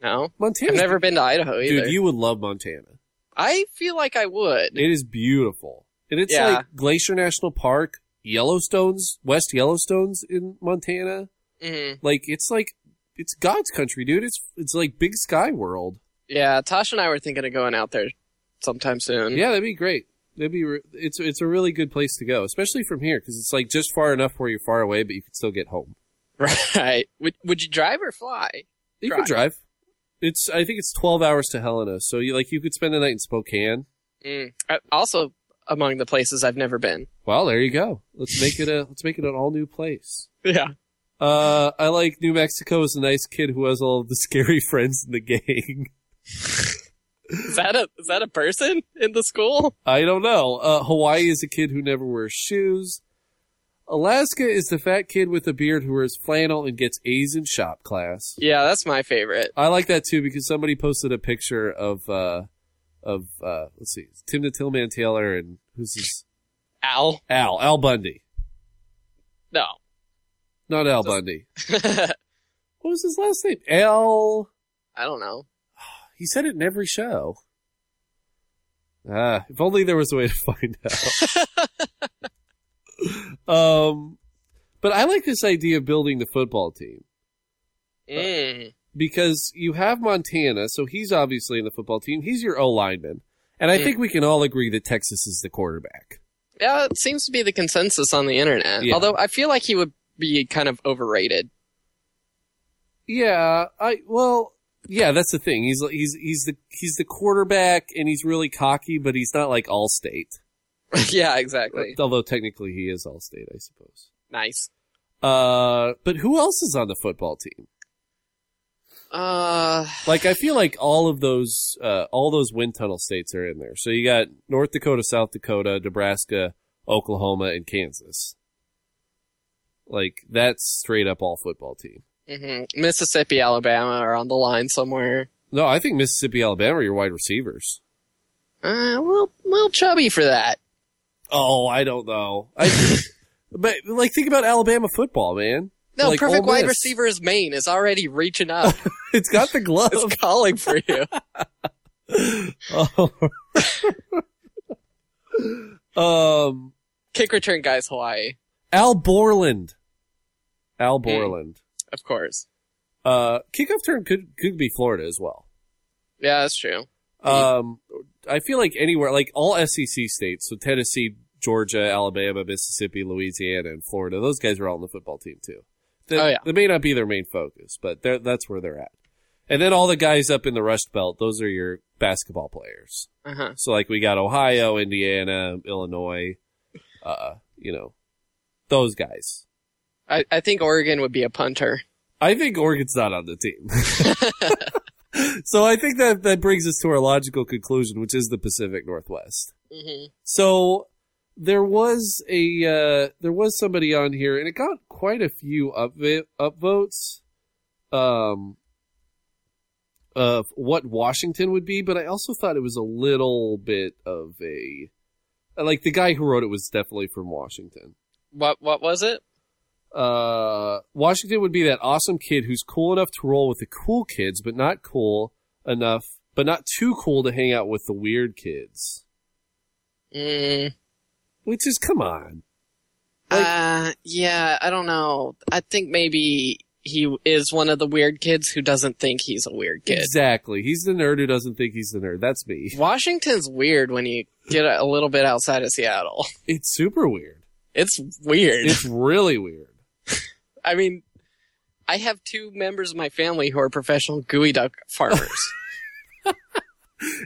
C: No, I've
B: Montana's
C: never been to Idaho either.
B: Dude, you would love Montana.
C: I feel like I would.
B: It is beautiful. And it's
C: Yeah.
B: like Glacier National Park, Yellowstone's, West Yellowstone's in Montana.
C: hmm
B: Like it's like it's God's country, dude. It's it's like big sky world.
C: Yeah, Tasha and I were thinking of going out there sometime soon.
B: Yeah, that'd be great. That'd be re- it's it's a really good place to go, especially from here cuz it's like just far enough where you're far away but you can still get home.
C: *laughs* Right. Would Would you drive or fly?
B: You can drive. It's I think it's 12 hours to Helena, so you like you could spend the night in Spokane.
C: Mm. I- Also, among the places I've never
B: *laughs*
C: been.
B: Well, there you go. Let's make it a let's make it an all new place.
C: Yeah.
B: Uh, I like New Mexico is a nice kid who has all of the *laughs* scary friends in the gang.
C: Is that a Is that a person in the school?
B: I don't know. Uh, Hawaii is a kid who never wears shoes. Alaska is the fat kid with a beard who wears flannel and gets A's in shop class.
C: Yeah, that's my favorite.
B: I like that too because somebody posted a picture of, uh, of, uh, let's see, Tim the Tillman Taylor and who's this?
C: Al.
B: Al, Al Bundy.
C: No. *laughs*
B: Not Al Bundy.
C: I
B: What was his last name? Al.
C: don't know.
B: He said it in every show. Ah, if only there was a way to find out. um, but I like this idea of building the football team
C: Mm.
B: because you have Montana, so he's obviously in the football team. He's your O lineman. And I think we can all agree that Texas is the quarterback.
C: Yeah, it seems to be the consensus on the internet.
B: Yeah.
C: Although I feel like he would be kind of overrated. *laughs*
B: Yeah, I well, yeah, that's the thing. He's he's he's the he's the quarterback and he's really cocky, but he's not like Allstate.
C: yeah, exactly.
B: Although technically he is Allstate, I suppose.
C: Nice.
B: Uh, but who else is on the football team?
C: Uh,
B: Like, I feel like all of those, uh, all those wind tunnel states are in there. So you got North Dakota, South Dakota, Nebraska, Oklahoma, and Kansas. Like, that's straight up all football team.
C: mhm. Mississippi, Alabama are on the line somewhere.
B: No, I think Mississippi, Alabama are your wide receivers.
C: Uh, a little, little chubby for that.
B: Oh, I don't know. *laughs* I, but like, think about Alabama football, man.
C: No,
B: Like
C: perfect
B: Ole
C: wide
B: Miss.
C: receiver is Maine is already reaching up.
B: *laughs* It's got the glove.
C: it's calling for you.
B: um,
C: Kick return guys Hawaii,
B: Al Borland. Al Borland.
C: of course.
B: Uh, kickoff turn could could be Florida as well.
C: Yeah, that's true.
B: Um, I feel like anywhere, like all SEC states, so Tennessee, Georgia, Alabama, Mississippi, Louisiana, and Florida, those guys are all on the football team too. They,
C: Oh, yeah.
B: they may not be their main focus, but they're, that's where they're at. And then all the guys up in the Rust Belt, those are your basketball players.
C: Uh-huh.
B: So like we got Ohio, Indiana, Illinois, uh, you know, those guys.
C: I, I think Oregon would be a punter.
B: I think Oregon's not on the team. *laughs* so I think that that brings us to our logical conclusion, which is the Pacific Northwest.
C: hmm
B: So there was a uh, there was somebody on here, and it got quite a few up upvotes. Um, of what Washington would be, but I also thought it was a little bit of a like the guy who wrote it was definitely from Washington
C: What what was it?
B: uh, Washington would be that awesome kid who's cool enough to roll with the cool kids, but not cool enough, but not too cool to hang out with the weird kids.
C: Mm,
B: Which is, come on.
C: uh, yeah, I don't know. I think maybe he is one of the weird kids who doesn't think he's a weird kid.
B: Exactly. He's the nerd who doesn't think he's the nerd. That's me. *laughs*
C: Washington's weird when you get a little bit outside of Seattle.
B: It's super weird.
C: It's weird. *laughs*
B: It's really weird.
C: I mean, I have two members of my family who are professional gooey duck
B: *laughs*
C: farmers.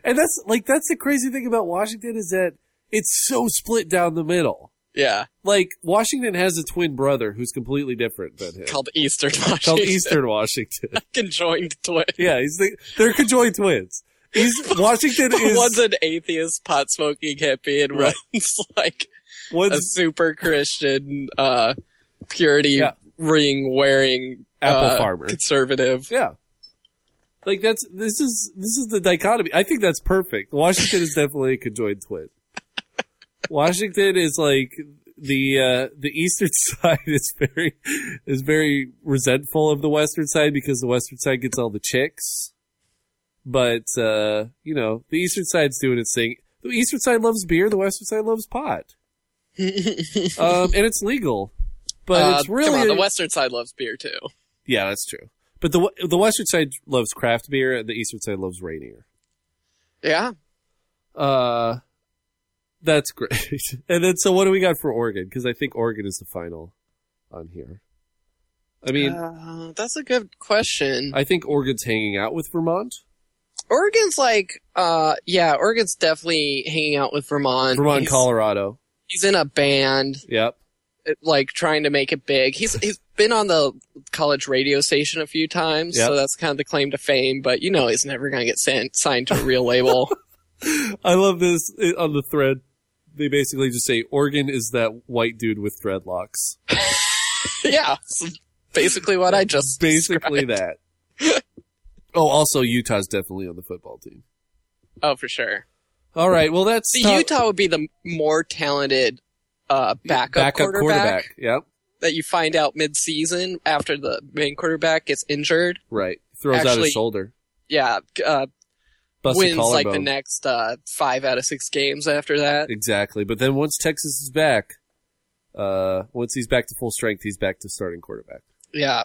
B: And that's like that's the crazy thing about Washington is that it's so split down the middle.
C: yeah,
B: Like Washington has a twin brother who's completely different than him.
C: called Eastern Washington.
B: Called
C: *laughs*
B: Eastern Washington. *laughs*
C: Conjoined twin.
B: yeah, he's the, they're conjoined twins. He's
C: *laughs*
B: Washington is
C: one's an atheist pot smoking hippie, and
B: Right.
C: one's *laughs* like a
B: one's
C: super Christian, uh, purity
B: Yeah.
C: ring wearing uh,
B: Apple farmer.
C: conservative.
B: Yeah. Like that's this is this is the dichotomy. I think that's perfect. Washington is definitely a conjoined twin. Washington is like the uh, the eastern *laughs* side is very is very resentful of the western side because the western side gets all the chicks, but uh, you know the eastern side's doing its thing. The eastern side loves beer, the western side loves
C: *laughs*
B: pot, um, and it's legal. But
C: Uh,
B: it's really
C: come on, the western side loves beer too.
B: yeah, that's true. But the the western side loves craft beer, and the eastern side loves Rainier.
C: Yeah,
B: Uh, that's great. *laughs* and then, so what do we got for Oregon? Because I think Oregon is the final on here. I mean,
C: uh, that's a good question.
B: I think Oregon's hanging out with Vermont.
C: Oregon's like, uh, yeah, Oregon's definitely hanging out with Vermont.
B: Vermont,
C: he's,
B: Colorado.
C: He's in a band, *laughs*
B: Yep.
C: it- like trying to make it big. He's he's been on the college radio station a few times,
B: Yep.
C: so that's kind of the claim to fame. But you know, he's never gonna get sent, signed to a real
B: *laughs*
C: label.
B: I love this uh, on the thread. They basically just say Oregon is that white dude with
C: *laughs*
B: dreadlocks.
C: yeah, it's basically what I just
B: Basically that.
C: *laughs*
B: oh, also Utah's definitely on the football team.
C: Oh, for sure.
B: All right. Well, that's
C: So
B: top-
C: Utah would be the more talented uh, backup, quarterback,
B: Yep.
C: that you find out mid-season after the main quarterback gets injured.
B: Right. Throws out
C: Actually-
B: his shoulder.
C: Yeah, uh,
B: Busts a
C: wins like the
B: collarbone.
C: next uh, five out of six games after that.
B: Exactly. But then once Texas is back, uh, once he's back to full strength, he's back to starting quarterback. *laughs*
C: Yeah,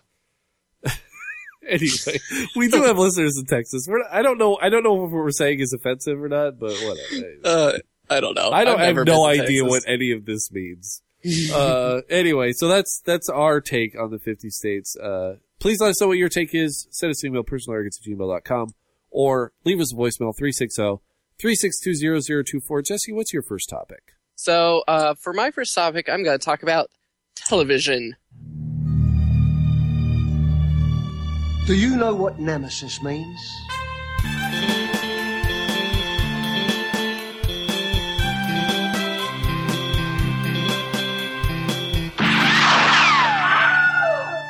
B: Anyway, we do have listeners in Texas. We're, I don't know. I don't know if what we're saying is offensive or not, but whatever.
C: uh, I don't know.
B: I don't
C: I've
B: have
C: never
B: no
C: been to
B: idea
C: Texas.
B: what any of this means. uh, anyway, so that's that's our take on the 50 states. Uh, please let us know what your take is. Send us an email, personalarrogance at gmail.com, or leave us a voicemail, 360-362-0024. Jesse, what's your first topic?
C: So, uh, for my first topic, I'm going to talk about television.
F: Do you know what nemesis means?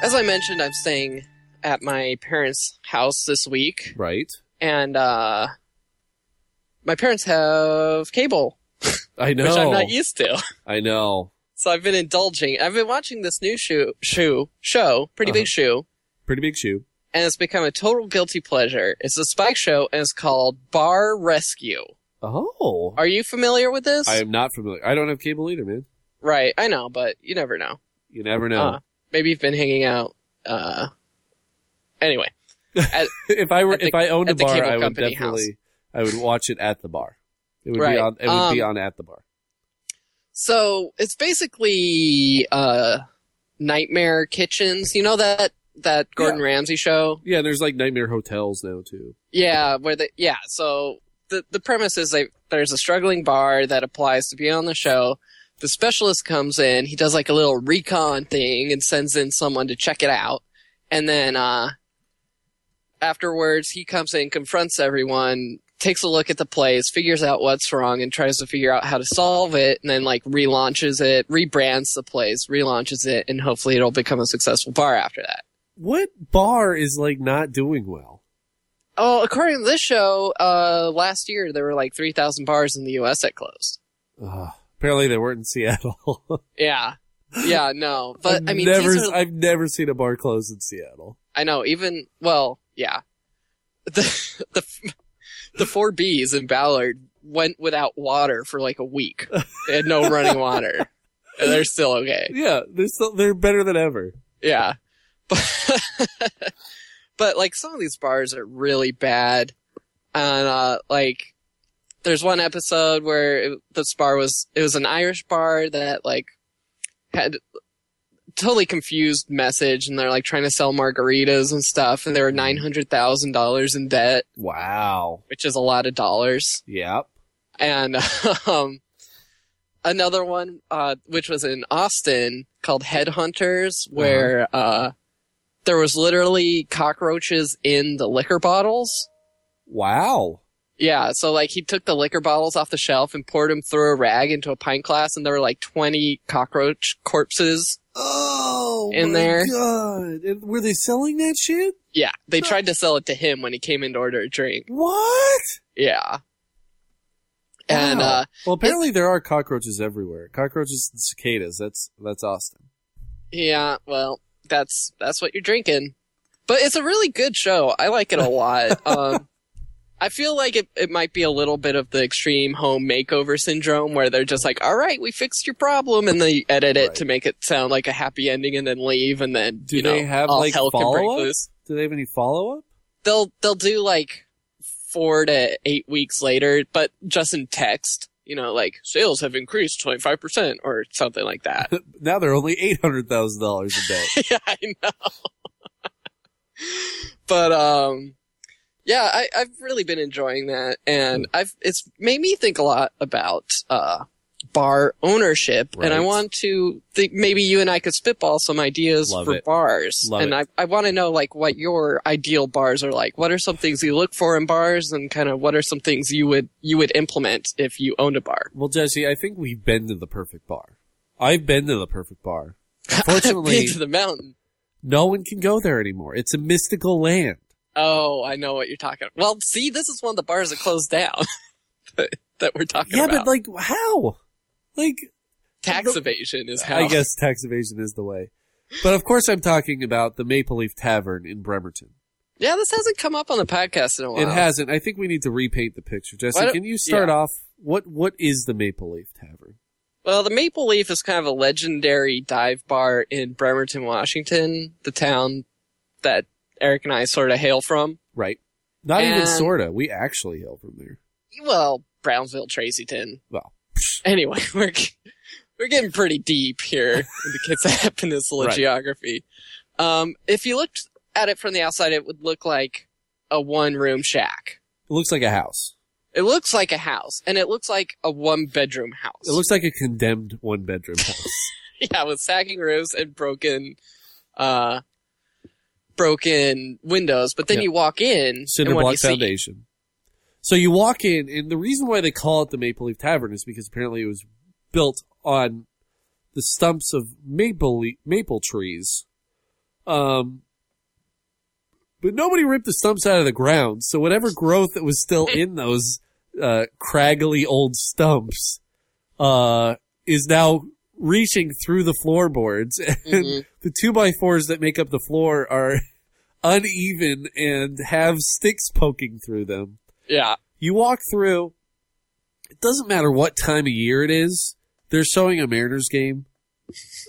C: As I mentioned, I'm staying at my parents' house this week,
B: Right?
C: and uh, my parents have cable,
B: I know.
C: which I'm not used to.
B: I know.
C: So I've been indulging. I've been watching this new shoe, shoe show, pretty
B: Uh-huh.
C: big shoe,
B: Pretty big shoe.
C: and it's become a total guilty pleasure. It's a Spike show, and it's called Bar Rescue.
B: Oh.
C: Are you familiar with this?
B: I am not familiar. I don't have cable either, man.
C: Right, I know, but you never know.
B: You never know.
C: Uh, maybe you've been hanging out. Uh, anyway, at,
B: *laughs* if I were,
C: at the-
B: if I owned a
C: at the
B: bar,
C: cable
B: I would
C: company
B: definitely,
C: house.
B: I would watch it at the bar. It would
C: Right.
B: be on. It would be
C: Um,
B: on at the bar.
C: so it's basically uh, Nightmare Kitchens. You know that that Gordon Ramsay show?
B: Yeah, there's like nightmare hotels now too.
C: Yeah, where the yeah. So the the premise is like there's a struggling bar that applies to be on the show. The specialist comes in. He does like a little recon thing and sends in someone to check it out. And then uh, afterwards, he comes in, confronts everyone, takes a look at the place, figures out what's wrong, and tries to figure out how to solve it. And then like relaunches it, rebrands the place, relaunches it, and hopefully it'll become a successful bar after that.
B: What bar is like not doing well?
C: Oh, according to this show, uh, last year there were like 3,000 bars in the U.S. that closed.
B: Ugh, apparently, they weren't in Seattle.
C: Yeah. Yeah, no. But,
B: I've
C: I mean,
B: never,
C: these are-
B: I've never seen a bar close in Seattle.
C: I know, even, well, yeah. *laughs* The, the, the four Bs in Ballard went without water for like a week. They had
B: *laughs*
C: no running water. And they're still okay.
B: Yeah, they're still, they're better than ever.
C: Yeah. *laughs* but but like some of these bars are really bad and uh like there's one episode where it, this bar was it was an irish bar that like had totally confused message and they're like trying to sell margaritas and stuff and they were $900000 in debt
B: Wow.
C: which is a lot of dollars
B: Yep.
C: and *laughs* um, another one uh, which was in austin called headhunters where uh, there was literally cockroaches in the liquor bottles
B: Wow.
C: yeah so like he took the liquor bottles off the shelf and poured them through a rag into a pint glass and there were like 20 cockroach corpses
B: Oh,
C: In
B: my
C: there.
B: God. And were they selling that shit?
C: yeah they tried to sell it to him when he came in to order a drink
B: What?
C: yeah and
B: Wow.
C: uh,
B: Well, apparently there are cockroaches everywhere. Cockroaches and cicadas. That's that's Austin.
C: yeah well that's that's what you're drinking but it's a really good show. I like it
B: *laughs*
C: a lot. Um, I feel like it, it might be a little bit of the extreme home makeover syndrome where they're just like, all right, we fixed your problem. And they edit it
B: Right.
C: to make it sound like a happy ending and then leave. And then,
B: Do
C: you
B: they
C: know,
B: have,
C: all
B: like,
C: hell can break
B: follow-up?
C: loose.
B: Do they have any follow up?
C: They'll, they'll do like four to eight weeks later, but just in text, you know, like sales have increased 25% or something like that.
B: *laughs* Now they're only eight hundred thousand dollars a day.
C: *laughs* yeah, I know. but um, yeah, I, I've really been enjoying that, and
B: Mm.
C: I've it's made me think a lot about uh, bar ownership, and I
B: Right.
C: want to think maybe you and I could spitball some ideas
B: Love
C: for
B: it.
C: bars,
B: Love
C: and
B: it.
C: I I want to know like what your ideal bars are like. What are some things you look for in bars, and kind of what are some things you would you would implement if you owned a bar? *laughs*
B: well, Jesse, I think we've been to the perfect bar. I've been to the perfect bar. Fortunately,
C: Big to the mountain.
B: no one can go there anymore. It's a mystical land.
C: Oh, I know what you're talking about. Well, see, this is one of the bars that closed down *laughs* that, that we're talking
B: yeah, but
C: about.
B: like how? Like
C: Tax evasion is how.
B: I guess tax evasion is the way. But of course, I'm talking about the Maple Leaf Tavern in Bremerton.
C: Yeah, this hasn't come up on the podcast in a while.
B: It hasn't. I think we need to repaint the picture.
C: Why
B: Jesse,
C: don't-
B: can you start
C: yeah.
B: off? What What is the Maple Leaf Tavern?
C: Well, the Maple Leaf is kind of a legendary dive bar in Bremerton, Washington, the town that Eric and I sort of hail from.
B: Right. Not even
C: And-
B: sorta. We actually hail from there.
C: Well, Brownsville, Tracyton.
B: Well,
C: Anyway, *laughs* we're g- we're getting pretty deep here in the
B: *laughs*
C: Kitsap Peninsula
B: Right.
C: geography. Um, if you looked at it from the outside, it would look like a one-room shack.
B: it looks like a house.
C: It looks like a house, and it looks like a one bedroom house.
B: It looks like a condemned one bedroom house.
C: *laughs* yeah, with sagging roofs and broken, uh, broken windows. But then
B: Yeah.
C: you walk in,
B: Cinder
C: and what do
B: block
C: you see?
B: foundation. So you walk in, and the reason why they call it the Maple Leaf Tavern is because apparently it was built on the stumps of maple le- maple trees. Um, but nobody ripped the stumps out of the ground, so whatever growth that was
C: *laughs*
B: still in those uh, craggly old stumps uh, is now reaching through the floorboards, *laughs* and
C: Mhm.
B: the two by fours that make up the floor are uneven and have sticks poking through them.
C: Yeah,
B: You walk through. It doesn't matter what time of year it is. They're showing a Mariners game.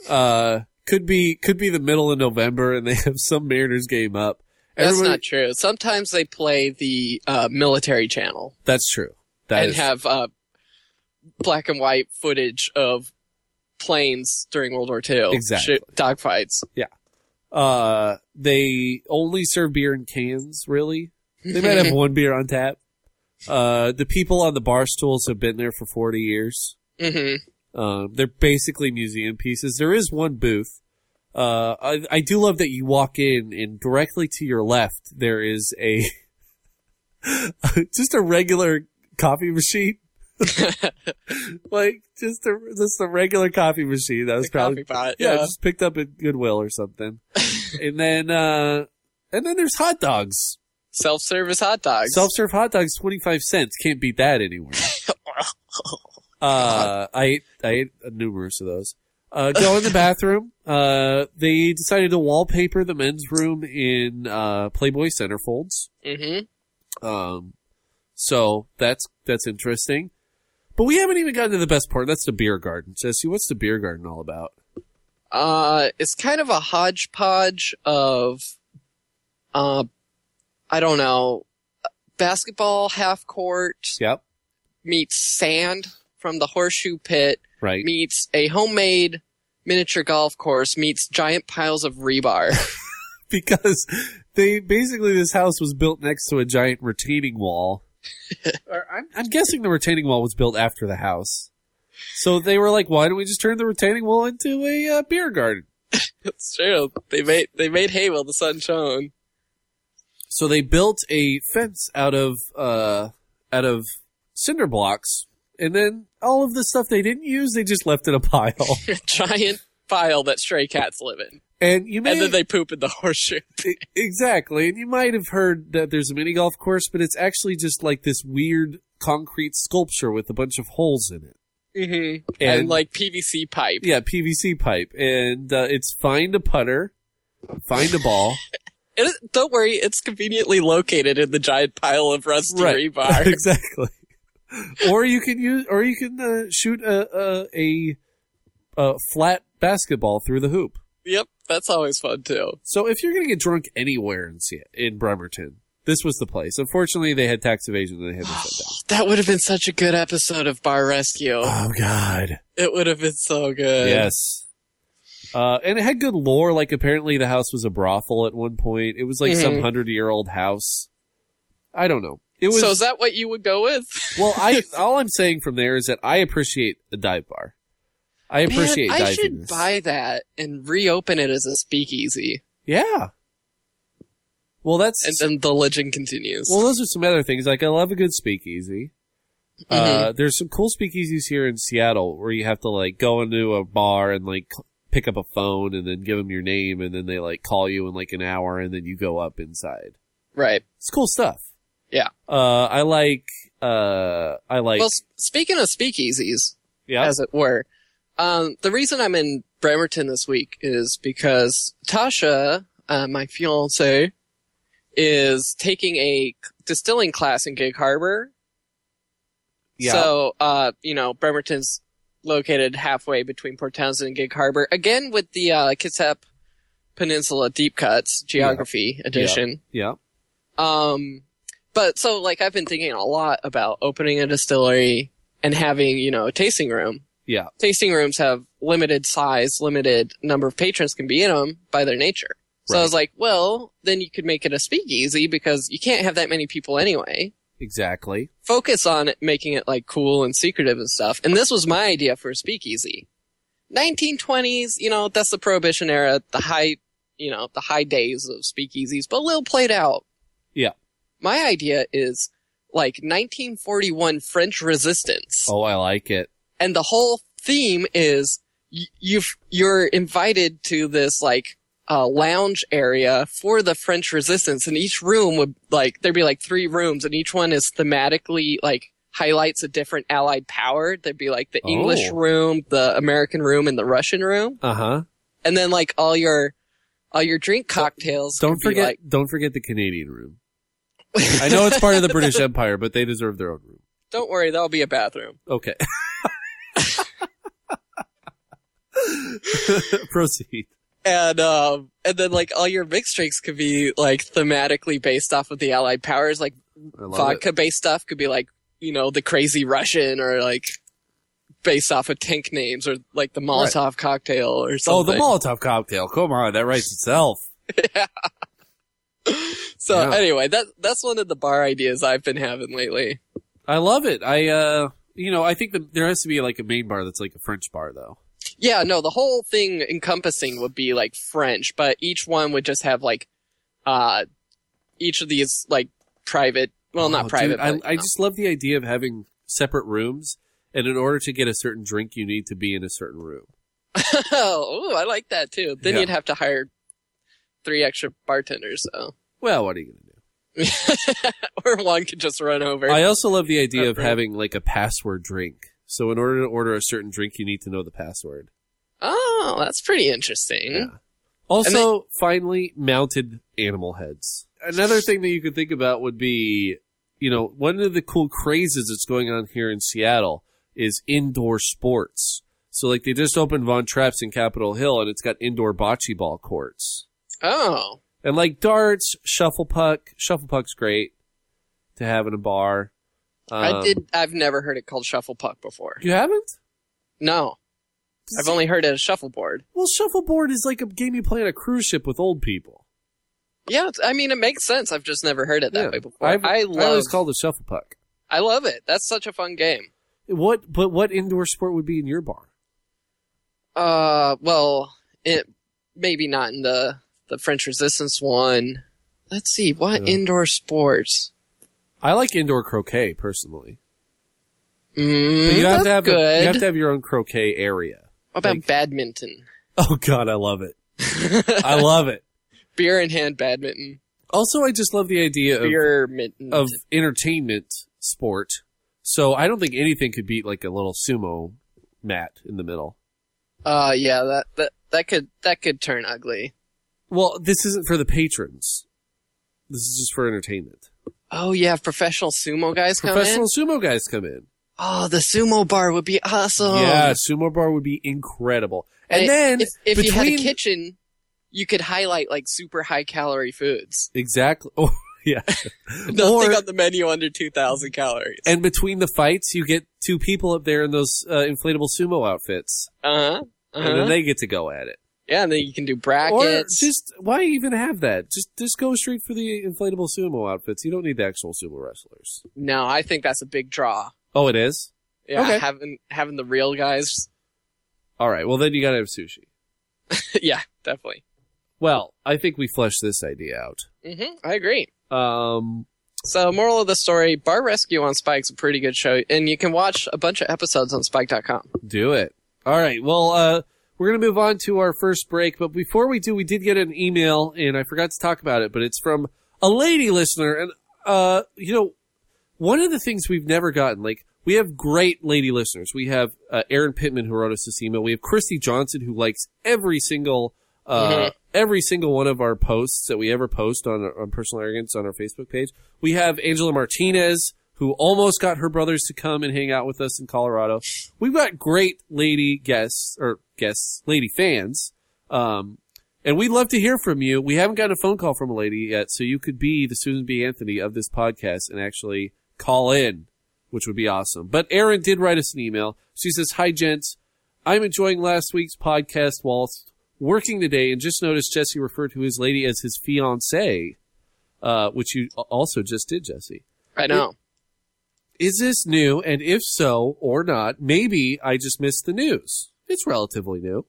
B: Uh, could be could be the middle of November, and they *laughs* have some Mariners game up.
C: that's
B: Everybody-
C: not true. Sometimes they play the uh, military channel
B: That's true. That
C: and
B: is-
C: have uh, black and white footage of planes during World War II,
B: Exactly.
C: Shit, dogfights.
B: uh, they only serve beer in cans. Really, they might
C: *laughs*
B: have one beer on tap. Uh, the people on the bar stools have been there for forty years.
C: hmm
B: Um, they're basically museum pieces. There is one booth. Uh, I, I do love that you walk in and directly to your left there is a *laughs* just a regular coffee
C: *laughs*
B: machine, like just a just a regular coffee machine that was probably
C: coffee pot.
B: yeah,
C: Yeah.
B: just picked up at Goodwill or
C: *laughs*
B: something. and then uh, and then there's hot dogs,
C: self service hot dogs.
B: self serve hot dogs, twenty five cents. Can't beat that anywhere. Uh, I ate, I ate numerous of those. Uh, go in the bathroom. Uh, they decided to wallpaper the men's room in uh, Playboy centerfolds.
C: hmm
B: Um, so that's that's interesting. But we haven't even gotten to the best part. That's the beer garden, Jesse. What's the beer garden all about?
C: Uh, it's kind of a hodgepodge of, uh, I don't know, basketball half court
B: Yep.
C: meets sand from the horseshoe pit
B: Right.
C: meets a homemade miniature golf course meets giant piles of rebar.
B: *laughs* because they basically this house was built next to a giant retaining wall. *laughs* Or I'm, I'm guessing the retaining wall was built after the house. So they were like, "Why don't we just turn the retaining wall into a uh, beer garden?"
C: That's true. They made they made hay while the sun shone. *laughs*
B: So they built a fence out of uh, out of cinder blocks, and then all of the stuff they didn't use, they just left in a *laughs* pile.
C: giant pile that stray cats live in,
B: and you may
C: and then they poop in the *laughs* horseshoe.
B: E- Exactly. And you might have heard that there's a mini golf course, but it's actually just like this weird concrete sculpture with a bunch of holes in it.
C: Mm-hmm. And,
B: And-
C: like PVC pipe.
B: Yeah, PVC pipe. And uh, it's find a putter, find a ball.
C: It- don't worry, it's conveniently located in the giant pile of rusty
B: Right. *laughs*
C: *laughs* rebar.
B: exactly. or you can use, or you can uh, shoot a, a, a, a flat basketball through the hoop.
C: yep, that's always fun too.
B: So if you're going to get drunk anywhere in, Se- in Bremerton, this was the place. Unfortunately, they had tax evasion and they had to shut down.
C: That would have been such a good episode of Bar
B: *sighs*
C: Rescue.
B: Oh, God.
C: It would have been so good.
B: Yes. Uh, and it had good lore. Like apparently the house was a brothel at one point. It was like some
C: Mhm.
B: hundred year old house. I don't know. It was
C: so is that what you would go with?
B: *laughs* well.
C: *laughs*
B: I all I'm saying from there is that I appreciate a dive bar. I appreciate.
C: Man, I
B: dive
C: should
B: bars.
C: buy that and reopen it as a speakeasy.
B: Yeah. Well, that's
C: And then the legend continues.
B: well. Those are some other things. Like I love a good speakeasy.
C: Mm-hmm.
B: Uh, there's some cool speakeasies here in Seattle where you have to like go into a bar and like c- pick up a phone and then give them your name and then they like call you in like an hour and then you go up inside.
C: right.
B: It's cool stuff.
C: Yeah.
B: Uh, I like, uh, I like,
C: well, s- speaking of speakeasies,
B: yeah,
C: as it were, um, the reason I'm in Bremerton this week is because Tasha, uh, my fiance, is taking a distilling class in Gig Harbor.
B: yeah.
C: So, uh, you know, Bremerton's located halfway between Port Townsend and Gig Harbor. Again, with the uh, Kitsap Peninsula Deep Cuts Geography Edition.
B: yeah.
C: Um, but so like I've been thinking a lot about opening a distillery and having you know a tasting room.
B: Yeah.
C: Tasting rooms have limited size, limited number of patrons can be in them by their nature. So I was like, well, then you could make it a speakeasy because you can't have that many people anyway.
B: Exactly.
C: Focus on it, making it like cool and secretive and stuff. And this was my idea for a speakeasy. 1920s, you know, that's the prohibition era, the high, you know, the high days of speakeasies, but a little played out.
B: Yeah.
C: My idea is like 1941 French resistance
B: Oh, I like it.
C: and the whole theme is y- you've you're invited to this like uh, lounge area for the French Resistance, and each room would like there'd be like three rooms, and each one is thematically like highlights a different Allied power. There'd be like the English
B: Oh.
C: room, the American room, and the Russian room,
B: Uh huh.
C: and then like all your all your drink cocktails.
B: Don't
C: could be,
B: forget,
C: like-
B: don't forget the Canadian
C: *laughs*
B: room. I know it's part of the British Empire, but they deserve their own room.
C: don't worry, that'll be a bathroom.
B: Okay. *laughs* Proceed.
C: and um, and then like all your mixed drinks could be like thematically based off of the Allied powers. Like
B: I love it.
C: vodka based stuff could be like you know the crazy Russian or like based off of tank names or like the Molotov cocktail or
B: Oh, the
C: something.
B: Molotov cocktail. Come on, that writes itself.
C: So
B: Yeah.
C: anyway, that that's one of the bar ideas I've been having lately.
B: I love it. I, uh, you know, I think the, there has to be like a main bar that's like a French bar, though.
C: Yeah, no, the whole thing encompassing would be like French, but each one would just have like uh each of these like private. Well,
B: Oh,
C: not
B: dude,
C: private.
B: I,
C: but,
B: I
C: you know.
B: just love the idea of having separate rooms, and in order to get a certain drink, you need to be in a certain room.
C: *laughs* oh, ooh, I like that too. Then
B: Yeah.
C: you'd have to hire three extra bartenders, so *laughs*
B: Well, what are you gonna do?
C: or one could just run over.
B: I also love the idea of
C: Separate.
B: having like a password drink. So in order to order a certain drink, you need to know the password.
C: Oh, that's pretty interesting.
B: Yeah. Also, finally, mounted animal heads. Another thing that you could think about would be, you know, one of the cool crazes that's going on here in Seattle is indoor sports. So like they just opened Von Trapp's in Capitol Hill, and it's got indoor bocce ball courts
C: Oh,
B: and like darts, shuffle puck. Shuffle puck's great to have in a bar.
C: I
B: Um,
C: did. I've never heard it called shuffle puck before.
B: You haven't?
C: No, I've only heard it as shuffleboard.
B: Well, shuffleboard is like a game you play on a cruise ship with old people.
C: Yeah, it's, I mean it makes sense. I've just never heard it that
B: Yeah.
C: way before.
B: I've-
C: I
B: I
C: love.
B: always called it shuffle puck.
C: I love it. That's such a fun game.
B: What? But what indoor sport would be in your bar?
C: Uh, well, it maybe not in the the French Resistance one. Let's see what
B: Yeah.
C: indoor sports.
B: I like indoor croquet personally.
C: Mm,
B: But you have
C: that's
B: to have a-
C: good.
B: you have to have your own croquet
C: *laughs*
B: area.
C: what about
B: like-
C: badminton?
B: Oh God, I love it. *laughs* I love it.
C: Beer in hand badminton.
B: Also, I just love the idea of
C: Beer mitten.
B: of entertainment sport. So I don't think anything could beat like a little sumo mat in the middle.
C: uh, yeah, that that that could that could turn ugly.
B: Well, this isn't for the patrons. This is just for entertainment.
C: Oh yeah, professional sumo guys come in.
B: Professional sumo guys come in.
C: Oh, the sumo bar would be awesome.
B: Yeah, sumo bar would be incredible. And,
C: it-
B: then
C: Oh. if, if you had
B: between
C: a kitchen, you could highlight like super high calorie foods.
B: exactly, oh, yeah,
C: Nothing
B: *laughs* Or-
C: on the menu under two thousand calories.
B: and between the fights, you get two people up there in those uh, inflatable sumo outfits,
C: Uh-huh.
B: and
C: uh
B: then they get to go at it.
C: yeah, and then you can do
B: Or
C: brackets.
B: just why even have that? Just just go straight for the inflatable sumo outfits. You don't need the actual sumo wrestlers.
C: no, I think that's a big draw.
B: Oh, it is.
C: Yeah,
B: Okay.
C: having having the real guys. *laughs*
B: All right. Well, then you gotta have sushi.
C: yeah, definitely.
B: Well, I think we fleshed this idea out.
C: hmm I agree.
B: Um,
C: So, moral of the story: Bar Rescue on Spike's a pretty good show, and you can watch a bunch of episodes on Spike.com.
B: do it. All right. Well, uh, we're gonna move on to our first break, but before we do, we did get an email, and I forgot to talk about it, but it's from a lady listener, and uh, you know, one of the things we've never gotten, like we have great lady listeners. We have uh, Aaron Pittman who wrote us this email. We have Christy Johnson who likes every single. Uh,
C: Mhm.
B: Every single one of our posts that we ever post on on personal arrogance on our Facebook page, we have Angela Martinez who almost got her brothers to come and hang out with us in Colorado. We've got great lady guests or guests, lady fans, um, and we'd love to hear from you. We haven't gotten a phone call from a lady yet, so you could be the Susan B. Anthony of this podcast and actually call in, which would be awesome. But Erin did write us an email. She says, Hi, gents. I'm enjoying last week's podcast whilst working today and just noticed Jesse referred to his lady as his fiancee, uh, which you a- also just did, Jesse.
C: I know.
B: Is this new? And if so or not, maybe I just missed the news. It's relatively new.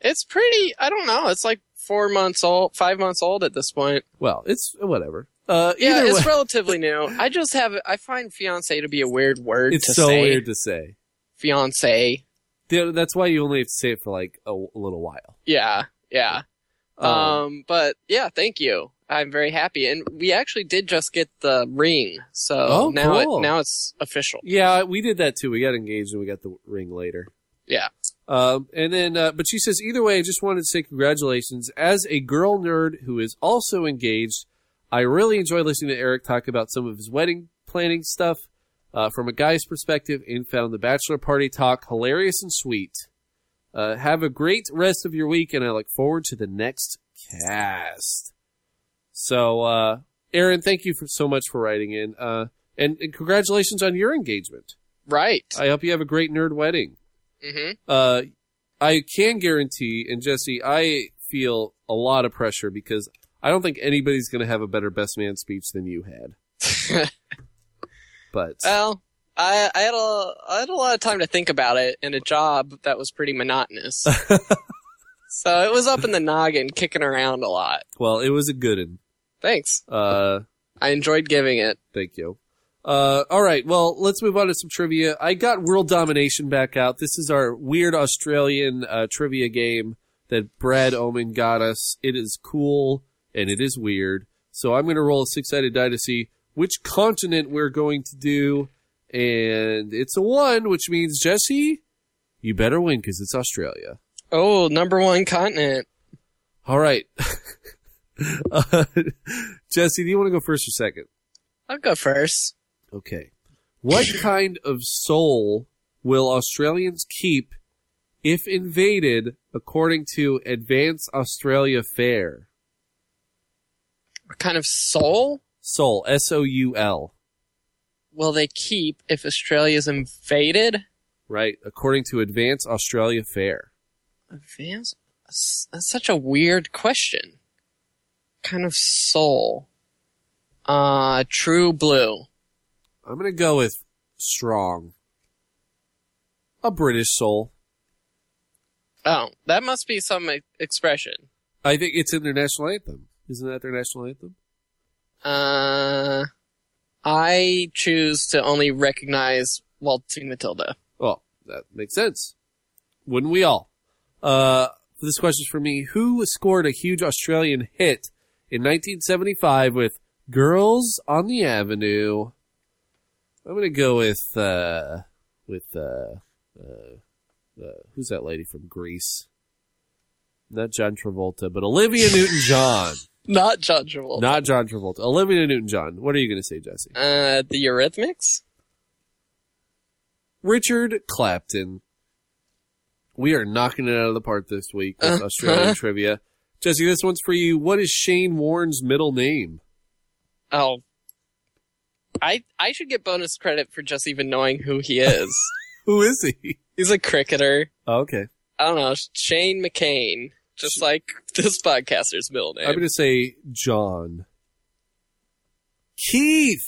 C: It's pretty. I don't know. It's like four months old, five months old at this point.
B: Well, it's whatever. Uh,
C: Yeah,
B: either
C: it's
B: way-
C: relatively new. I just have. I find fiance to be a weird word.
B: it's
C: to
B: so
C: say.
B: weird to say.
C: Fiance.
B: Yeah, That's why you only have to say it for like a, a little while.
C: Yeah. Yeah.
B: Um,
C: Um, but yeah, thank you. I'm very happy, and we actually did just get the ring, so
B: Oh,
C: now
B: cool.
C: it, now it's official.
B: yeah, we did that too. We got engaged and we got the ring later.
C: Yeah.
B: Um, and then, uh, but she says, either way, I just wanted to say congratulations. As a girl nerd who is also engaged, I really enjoy listening to Eric talk about some of his wedding planning stuff uh, from a guy's perspective and found the bachelor party talk hilarious and sweet. Uh, have a great rest of your week, and I look forward to the next cast. So, uh, Aaron, thank you for so much for writing in, uh, and, and congratulations on your engagement.
C: Right.
B: I hope you have a great nerd wedding.
C: hmm
B: Uh, I can guarantee, and Jesse, I feel a lot of pressure because I don't think anybody's going to have a better best man speech than you had. But
C: Well, I, I had a I had a lot of time to think about it, and a job that was pretty monotonous. so it was up in the noggin, kicking around a lot.
B: well, it was a good one.
C: Thanks.
B: Uh,
C: I enjoyed giving it.
B: Thank you. Uh, all right. Well, let's move on to some trivia. I got World Domination back out. This is our weird Australian uh, trivia game that Brad Omen got us. It is cool and it is weird. So I'm going to roll a six sided die to see which continent we're going to do. And it's a one, which means, Jesse, you better win because it's Australia.
C: Oh, number one continent.
B: All right. *laughs* uh, Jesse, do you want to go first or second?
C: I'll go first.
B: Okay. What kind of soul will Australians keep if invaded, according to Advance Australia Fair.
C: What kind of soul
B: Soul, S O U L,
C: will they keep if Australia's invaded?
B: right? According to Advance Australia Fair.
C: Advance? That's that's such a weird question. Kind of soul. Uh, true blue.
B: I'm going to go with strong. A British soul.
C: Oh, that must be some e- expression.
B: I think it's in their national anthem. Isn't that their national anthem?
C: Uh, I choose to only recognize Waltzing Matilda.
B: Well, that makes sense. Wouldn't we all? Uh, this question's for me. Who scored a huge Australian hit in 1975 with Girls on the Avenue? I'm going to go with, uh, with, uh, uh, uh, who's that lady from Greece? Not John Travolta, but Olivia Newton John.
C: Not John Travolta.
B: Not John Travolta. Olivia Newton John. What are you going to say, Jesse?
C: Uh, the Eurythmics?
B: Richard Clapton. We are knocking it out of the park this week with
C: Uh-huh.
B: Australian trivia. Jesse, this one's for you. What is Shane Warren's middle name?
C: Oh. I, I should get bonus credit for just even knowing who
B: *laughs*
C: he is.
B: Who is he?
C: He's a cricketer.
B: Oh, okay.
C: I don't know, Shane McCain. Just like *laughs* this podcaster's middle name.
B: I'm going to say John. Keith.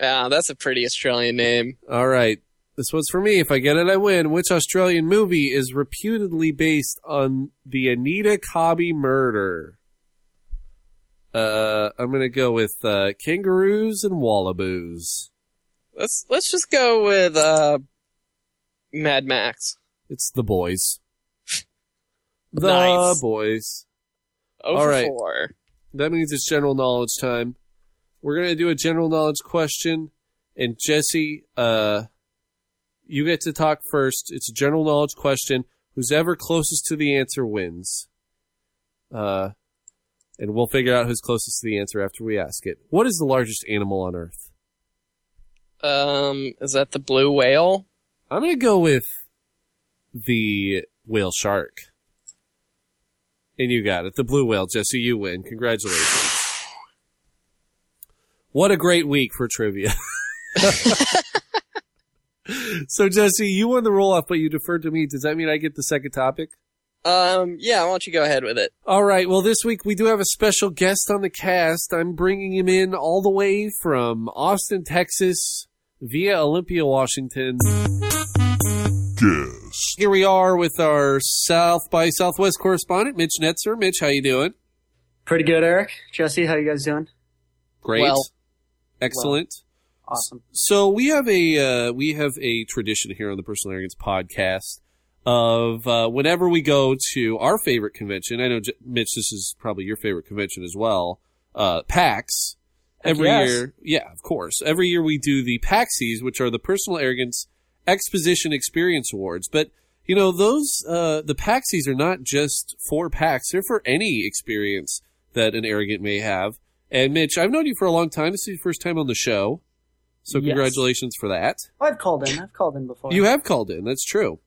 C: yeah, Ah, that's a pretty Australian name.
B: All right. This one's for me. If I get it, I win. Which Australian movie is reputedly based on the Anita Cobby murder? Uh, I'm going to go with uh, Kangaroos and Wallaboos.
C: Let's let's just go with uh, Mad Max.
B: It's the boys. The
C: Nice.
B: boys.
C: Over
B: All right.
C: four.
B: That means it's general knowledge time. We're gonna do a general knowledge question, and Jesse, uh, you get to talk first. It's a general knowledge question. Who's ever closest to the answer wins. Uh, and we'll figure out who's closest to the answer after we ask it. What is the largest animal on Earth?
C: Um, is that the blue whale?
B: I'm gonna go with the whale shark. And you got it. The blue whale, Jesse, you win. Congratulations. What a great week for trivia. *laughs* so Jesse, you won the roll off, but you deferred to me. Does that mean I get the second topic?
C: Um, yeah. Why don't you go ahead with it?
B: All right. Well, this week we do have a special guest on the cast. I'm bringing him in all the way from Austin, Texas, via Olympia, Washington. Guest. Here we are with our South by Southwest correspondent, Mitch Netzer. Mitch, how you doing?
I: Pretty good, Eric. Jesse, how you guys doing?
B: Great.
C: Well.
B: Excellent.
I: Awesome.
B: So we have a uh, we have a tradition here on the Personal Arrogance podcast of uh, whenever we go to our favorite convention. I know, J- Mitch, this is probably your favorite convention as well. Uh, PAX.
I: Heck
B: Every
I: yes.
B: year, yeah, of course. Every year we do the PAXes, which are the Personal Arrogance Exposition Experience Awards. But you know, those uh, the PAXes are not just for PAX; they're for any experience that an arrogant may have. And Mitch, I've known you for a long time. This is your first time on the show. So
I: Yes.
B: congratulations for that.
I: I've called in. I've called in before.
B: You have called in. That's true.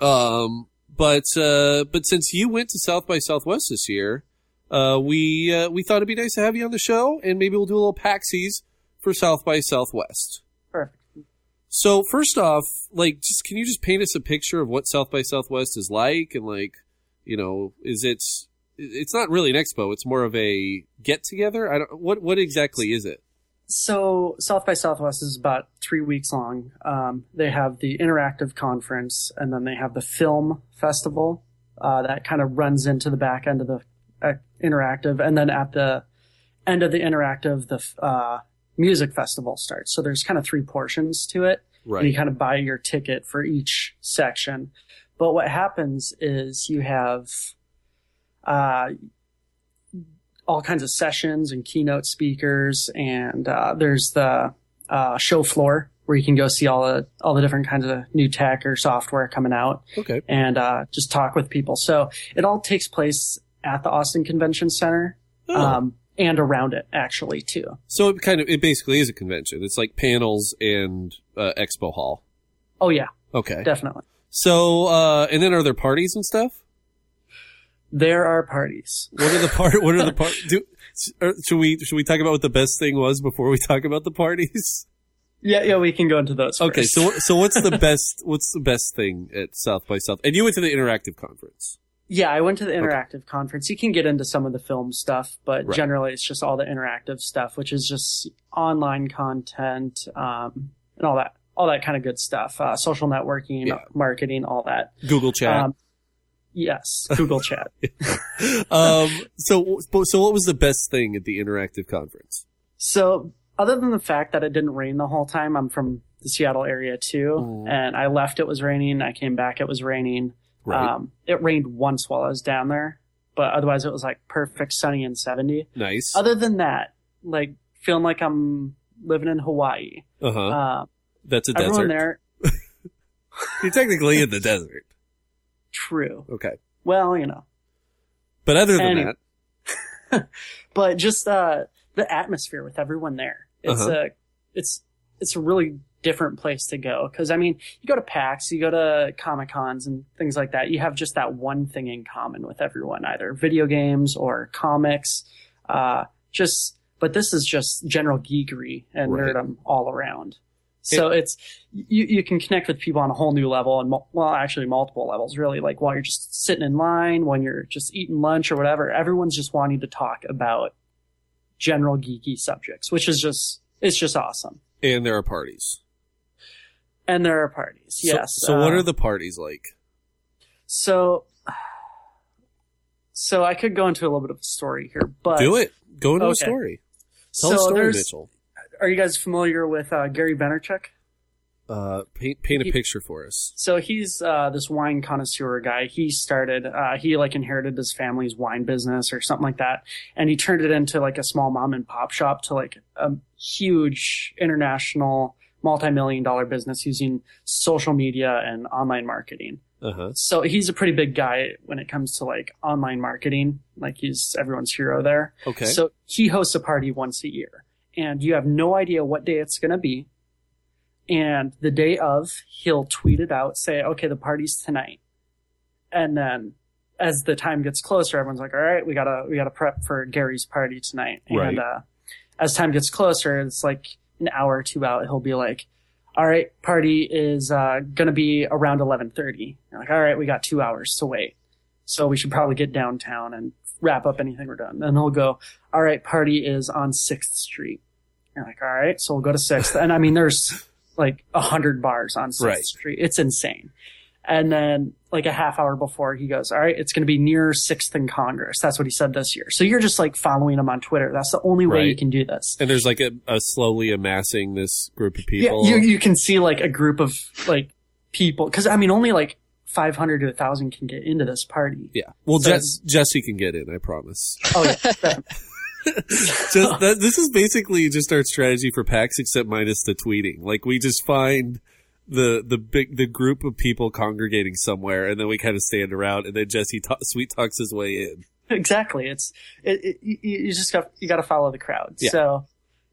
B: Um, but uh, but since you went to South by Southwest this year, uh, we uh, we thought it'd be nice to have you on the show, and maybe we'll do a little paxies for South by Southwest.
I: Perfect.
B: So first off, like, just can you just paint us a picture of what South by Southwest is like, and like, you know, is it? It's not really an expo. It's more of a get together. I don't. What what exactly is it?
I: So South by Southwest is about three weeks long. Um, they have the interactive conference, and then they have the film festival uh, that kind of runs into the back end of the uh, interactive, and then at the end of the interactive, the f- uh, music festival starts. So there's kind of three portions to it. and you
B: Right.
I: kind of buy your ticket for each section. But what happens is you have uh, all kinds of sessions and keynote speakers, and uh, there's the uh, show floor where you can go see all the all the different kinds of new tech or software coming out
B: Okay.
I: and uh, just talk with people. So it all takes place at the Austin Convention Center
B: Oh.
I: um, and around it, actually, too.
B: So it kind of it basically is a convention. It's like panels and uh, expo hall.
I: Oh yeah,
B: Okay.
I: definitely.
B: So, uh, and then are there parties and stuff?
I: There are parties.
B: What are the part? What are the part? Do or should we should we talk about what the best thing was before we talk about the parties?
I: Yeah, yeah, we can go into those.
B: Okay,
I: first.
B: so what- so what's the best what's the best thing at South by South? And you went to the interactive conference.
I: yeah, I went to the interactive conference. You can get into some of the film stuff, but
B: Right.
I: generally it's just all the interactive stuff, which is just online content um, and all that, all that kind of good stuff. Uh, social networking,
B: Yeah.
I: marketing, all that.
B: Google chat. Um,
I: Um,
B: *laughs*
I: yes, Google Chat.
B: Um, so so what was the best thing at the interactive conference?
I: So, other than the fact that it didn't rain the whole time, I'm from the Seattle area too,
B: Mhm.
I: and I left it was raining. I came back it was raining.
B: Right.
I: Um, it rained once while I was down there, but otherwise it was like perfect sunny and 70.
B: nice. Uh
I: Other than that, like feeling like I'm living in Hawaii.
B: huh.
I: Uh,
B: Uh-huh. That's a
I: everyone
B: desert.
I: there,
B: You're technically in the desert.
I: true.
B: Okay.
I: Well, you know,
B: But other than
I: Any-
B: that,
I: but just uh, the atmosphere with everyone there. It's
B: Uh-huh.
I: a it's it's a really different place to go because I mean you go to PAX, you go to Comic Cons and things like that. You have just that one thing in common with everyone, either video games or comics. Uh, just but this is just general geekery and
B: Right.
I: nerdum all around. So it's you, you can connect with people on a whole new level and mul- well actually multiple levels really like while you're just sitting in line when you're just eating lunch or whatever everyone's just wanting to talk about general geeky subjects which is just it's just awesome
B: and there are parties.
I: and there are parties
B: So-
I: yes
B: So, what
I: uh,
B: are the parties like?
I: so so I could go into a little bit of a story here but
B: Do it. Go into a
I: okay.
B: story. Tell
I: so
B: a story,
I: there's-
B: Mitchell.
I: are you guys familiar with uh, Gary Vaynerchuk
B: Uh, paint paint a
I: He-
B: picture for us.
I: So he's uh, this wine connoisseur guy. He started, uh, he like inherited his family's wine business or something like that, and he turned it into like a small mom and pop shop to like a huge international multi-million dollar business using social media and online marketing.
B: Uh huh.
I: So he's a pretty big guy when it comes to like online marketing. Like he's everyone's hero there.
B: Okay.
I: So he hosts a party once a year, and you have no idea what day it's going to be. And the day of, he'll tweet it out, say, okay, the party's tonight. And then as the time gets closer, everyone's like, all right, we gotta, we gotta prep for Gary's party tonight.
B: Right.
I: And, uh, as time gets closer, it's like an hour or two out, he'll be like, all right, party is, uh, gonna be around 1130. You're like, all right, we got two hours to wait. So we should probably get downtown and wrap up anything we're done. And he'll go, all right, party is on 6th Street. You're like, all right, so we'll go to 6th. And I mean, there's like 100 bars on 6th
B: Right.
I: Street. It's insane. And then, like a half hour before, he goes, all right, it's going to be near 6th and Congress. That's what he said this year. So you're just like following him on Twitter. That's the only way
B: Right.
I: you can do this.
B: and there's like a, a slowly amassing this group of
I: Yeah,
B: people.
I: you, you can see like a group of like people. Because I mean, only like 500 to 1,000 can get into this party.
B: Yeah. Well,
I: So
B: Jess, Jesse can get in. I promise.
I: Oh, yeah.
B: *laughs* just that, this is basically just our strategy for PAX, except minus the tweeting. Like we just find the the big the group of people congregating somewhere, and then we kind of stand around, and then Jesse ta- sweet talks his way in.
I: exactly it's it, it, you, you just got you got to follow the crowd
B: Yeah.
I: so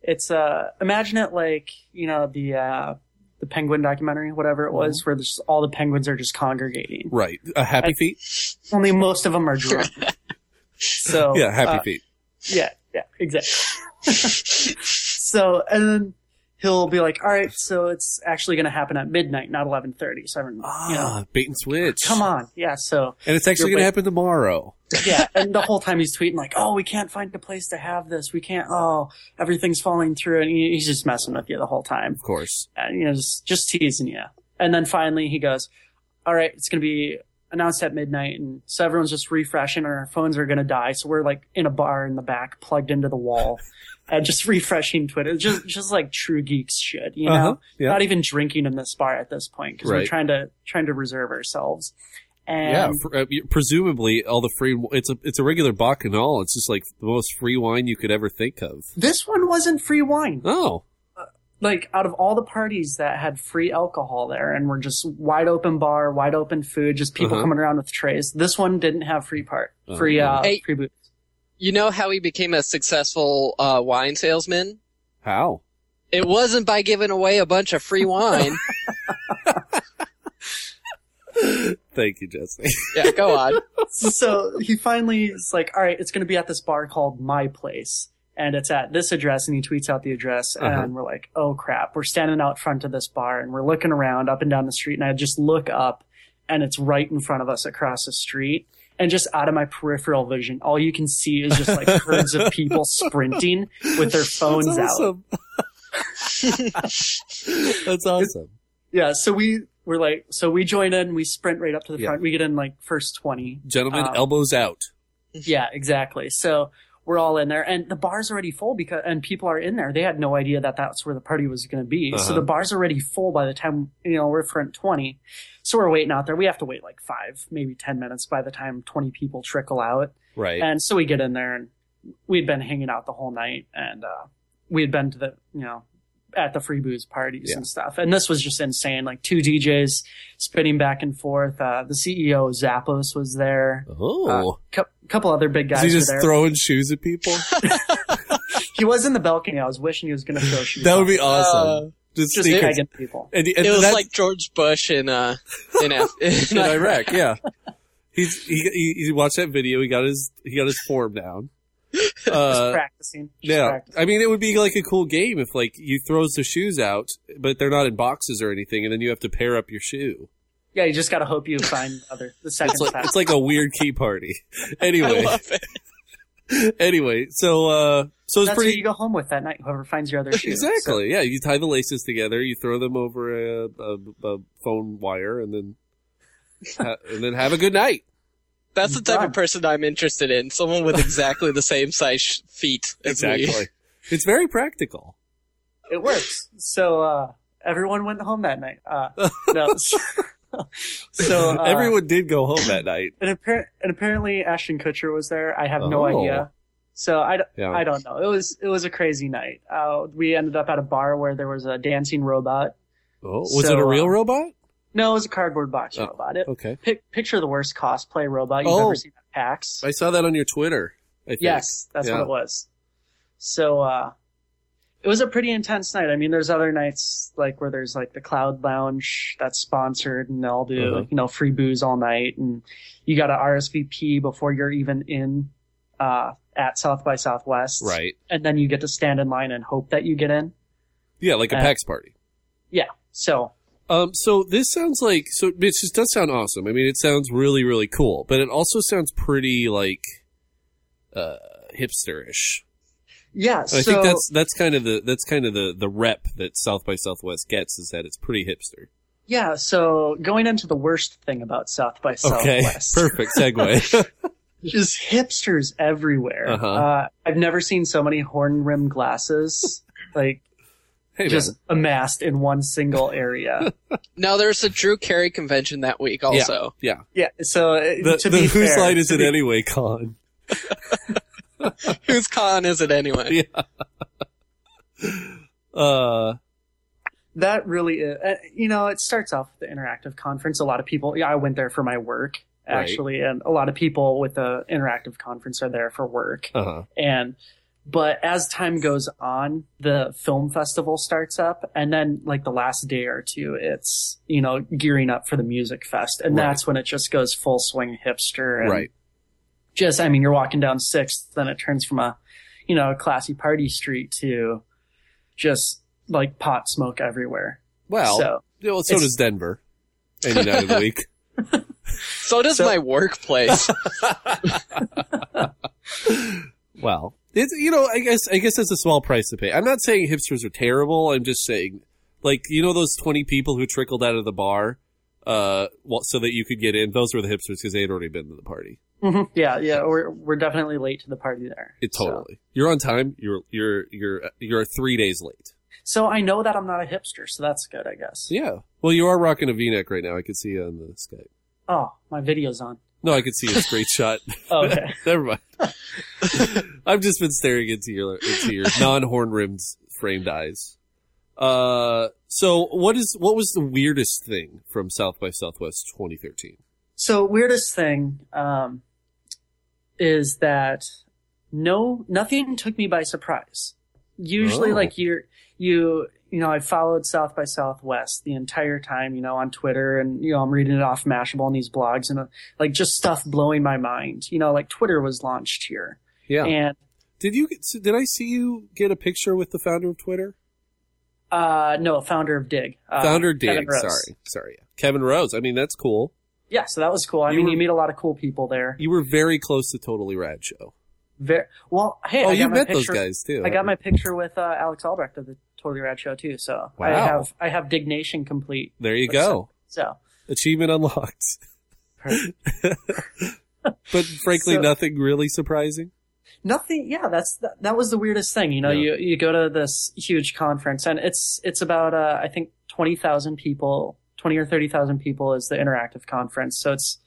I: it's uh imagine it like you know the uh the penguin documentary whatever
B: Mm-hmm.
I: it was where there's all the penguins are just congregating
B: Right, a happy
I: I-
B: feet.
I: only most of them
B: *laughs*
I: are drunk so
B: Yeah, happy
I: uh,
B: feet.
I: yeah, yeah, exactly. *laughs* so, and then he'll be like, "All right, so it's actually going to happen at midnight, not 11:30." So everyone, you know,
B: Ah, bait and switch.
I: come on, yeah. So,
B: and it's actually
I: You're
B: going to
I: wait-
B: happen tomorrow.
I: yeah, *laughs* and the whole time he's tweeting like, "Oh, we can't find a place to have this. We can't. Oh, everything's falling through," and he- he's just messing with you the whole time,
B: Of course.
I: and, you know, just just teasing you. And then finally, he goes, "All right, it's going to be." Announced at midnight, and so everyone's just refreshing, and our phones are gonna die. So we're like in a bar in the back, plugged into
B: *laughs*
I: the wall, and just refreshing Twitter, just just like true geeks should, you know.
B: Uh-huh, yeah.
I: Not even drinking in this bar at this point because we're
B: Right.
I: trying to trying to reserve ourselves. And
B: yeah, fr- uh, you- presumably all the free. It's a it's a regular bacchanal. It's just like the most free wine you could ever think of.
I: this one wasn't free wine.
B: Oh,
I: like out of all the parties that had free alcohol there and were just wide open bar, wide open food, just people
B: Uh-huh.
I: coming around with trays. This one didn't have free part,
B: Oh,
I: free uh,
C: Hey.
I: free booze.
C: You know how he became a successful uh, wine salesman?
B: how?
C: It *laughs* wasn't by giving away a bunch of free wine.
B: Thank you, Jesse.
C: *laughs* Yeah, go on.
I: so he finally is like, all right, it's going to be at this bar called My Place. And it's at this address, and he tweets out the address,
B: Uh-huh.
I: and we're like, oh crap. We're standing out front of this bar, and we're looking around up and down the street, and I just look up, and it's right in front of us across the street. And just out of my peripheral vision, all you can see is
B: *laughs*
I: just like herds of people sprinting *laughs* with their phones
B: That's
I: out. *laughs*
B: awesome. That's awesome.
I: Yeah, so we we're like, so we join in, we sprint right up to the
B: Yeah.
I: front. We get in like first twenty.
B: Gentlemen,
I: Um,
B: elbows out.
I: Yeah, exactly. So we're all in there, and the bar's already full because and people are in there. They had no idea that that's where the party was going to be.
B: Uh-huh.
I: So the bar's already full by the time you know we're front twenty. So we're waiting out there. We have to wait like five, maybe ten minutes by the time twenty people trickle out.
B: Right.
I: And so we get in there, and we'd been hanging out the whole night, and uh, we had been to the, you know, at the free booze parties
B: Yeah.
I: and stuff. And this was just insane. Like two DJs spinning back and forth. Uh, the CEO Zappos was there.
B: oh.
I: A couple other
B: Is
I: big uh, guys
B: he
I: were
B: just
I: there.
B: throwing shoes at
I: *laughs*
B: people?
I: he was in the balcony. I was wishing he was going to throw
B: *laughs*
I: shoes.
B: that would
I: off.
B: be awesome. just
I: Uh, just
B: sneakers.
I: tagging people.
B: And, and
C: It was
B: that's
C: like George Bush in uh *laughs* in, Af-
B: in
I: *laughs*
B: Iraq. Yeah. He's he, he he watched that video. He got his he got his form down.
I: *laughs* Just
B: Uh,
I: practicing. Just
B: yeah,
I: practicing.
B: I mean it would be like a cool game if like you throws the shoes out, but they're not in boxes or anything, and then you have to pair up your shoe.
I: Yeah, you just got to hope you find other the second
B: It's like
I: pass.
B: it's like a weird key
I: *laughs*
B: party.
C: I
B: Anyway,
C: love it.
B: anyway, so uh, so it's
I: That's
B: pretty
I: who you go home with that night. Whoever finds your other shoes.
B: *laughs* Exactly. Yeah, you tie the laces together, you throw them over a, a, a phone wire, and then ha- and then have a good
I: *laughs*
B: night.
C: That's the type
I: Done.
C: of person I'm interested in. Someone with exactly the same size sh- feet as me.
B: it's very practical.
I: it works. So uh, everyone went home that night.
B: *laughs*
I: Uh, no, *laughs* so so, *laughs* uh,
B: everyone did go home that night.
I: and, appar- and apparently Ashton Kutcher was there. I have no
B: Oh.
I: idea. So I, d-
B: Yeah.
I: I don't know. It was it was a crazy night. Uh, we ended up at a bar where there was a dancing robot.
B: oh, was
I: So,
B: it a real
I: um,
B: robot?
I: No, it was a cardboard box
B: Oh,
I: robot. It,
B: Okay,
I: pic- picture the worst cosplay robot you've
B: Oh.
I: ever seen at PAX.
B: I saw that on your Twitter. I think.
I: Yes, that's
B: Yeah.
I: what it was. So uh it was a pretty intense night. I mean, there's other nights like where there's like the Cloud Lounge that's sponsored, and they'll do
B: Uh-huh.
I: you know free booze all night, and you got to RSVP before you're even in uh, at South by Southwest,
B: Right.
I: And then you get to stand in line and hope that you get in.
B: Yeah, like a
I: Uh,
B: PAX party.
I: Yeah. So
B: Um, so this sounds like so it just does sound awesome. I mean, it sounds really really cool, but it also sounds pretty like uh, hipsterish.
I: yeah,
B: I
I: so
B: think that's that's kind of the that's kind of the the rep that South by Southwest gets is that it's pretty hipster.
I: yeah. So going into the worst thing about South by
B: Okay,
I: Southwest.
B: *laughs* perfect segue.
I: *laughs* just hipsters everywhere.
B: Uh-huh.
I: Uh, I've never seen so many horn rimmed
B: *laughs*
I: glasses like
B: hey, man.
I: just amassed in one single
B: *laughs*
I: area.
C: No, there's a Drew Carey convention that week also. *laughs*
B: yeah,
I: yeah, so uh,
B: the,
I: to
B: the
I: be
B: whose
I: fair,
B: line is
I: to
B: it
I: be-
B: anyway? Con.
C: Whose con is it anyway?
B: Yeah. Uh,
I: That really, is, uh, you know, it starts off with the interactive conference. A lot of people, yeah, I went there for my work
B: Right.
I: actually, and a lot of people with the interactive conference are there for work.
B: uh huh.
I: and but as time goes on the film festival starts up and then like the last day or two it's you know gearing up for the music fest and
B: Right.
I: that's when it just goes full swing hipster and
B: Right.
I: just i mean you're walking down sixth then it turns from a you know classy party street to just like pot smoke everywhere
B: Well, so,
I: so
B: well, so
I: it's-
B: does Denver.
I: *laughs*
B: Any night of the week.
C: So does
I: So-
C: my workplace.
B: Well, it's you know, I guess I guess it's a small price to pay. I'm not saying hipsters are terrible. I'm just saying, like you know, those 20 people who trickled out of the bar, uh, well, so that you could get in. Those were the hipsters because they had already been to the party.
I: mhm, yeah yeah we're, we're definitely late to the party there
B: mm-hmm. It
I: So-
B: totally. You're on time. You're you're you're you're three days late.
I: so i know that i'm not a hipster so that's good i guess
B: Yeah. Well, you are rocking a V-neck right now. I could see you on the Skype.
I: oh my video's
B: *laughs*
I: on
B: No, I could see a straight *laughs* shot.
I: oh, okay
B: *laughs* Never mind. I've just been staring into your into your non-horn rimmed framed eyes. Uh, so what is what was the weirdest thing from South by Southwest 2013?
I: So weirdest thing um, is that no nothing took me by surprise. Usually,
B: Oh.
I: like you're you you know I followed South by Southwest the entire time, you know, on Twitter and you know I'm reading it off Mashable and these blogs and uh, like just stuff blowing my mind. You know, like Twitter was launched here,
B: Yeah.
I: and
B: did you get- so did I see you get a picture with the founder of Twitter?
I: uh no, founder of Dig, uh,
B: founder
I: Kevin
B: Dig.
I: Rose.
B: Sorry, sorry. yeah. Kevin Rose. I mean, that's cool.
I: yeah, so that was cool. I
B: You
I: mean,
B: were-
I: you meet a lot of cool people there.
B: You were very close to Totally Rad Show.
I: Very, well, hey,
B: oh,
I: I got
B: you
I: my
B: met
I: picture,
B: those guys too.
I: I got my picture with uh, Alex Albrecht of the Totally Rad Show too. So I
B: Wow.
I: have I have Dignation complete.
B: There you go.
I: So
B: Achievement unlocked. *laughs* but frankly,
I: So-
B: nothing really surprising.
I: nothing. Yeah, that's that, that was the weirdest thing. You know,
B: Yeah.
I: you you go to this huge conference and it's it's about uh, I think twenty thousand people, twenty or thirty thousand people is the interactive conference. So it's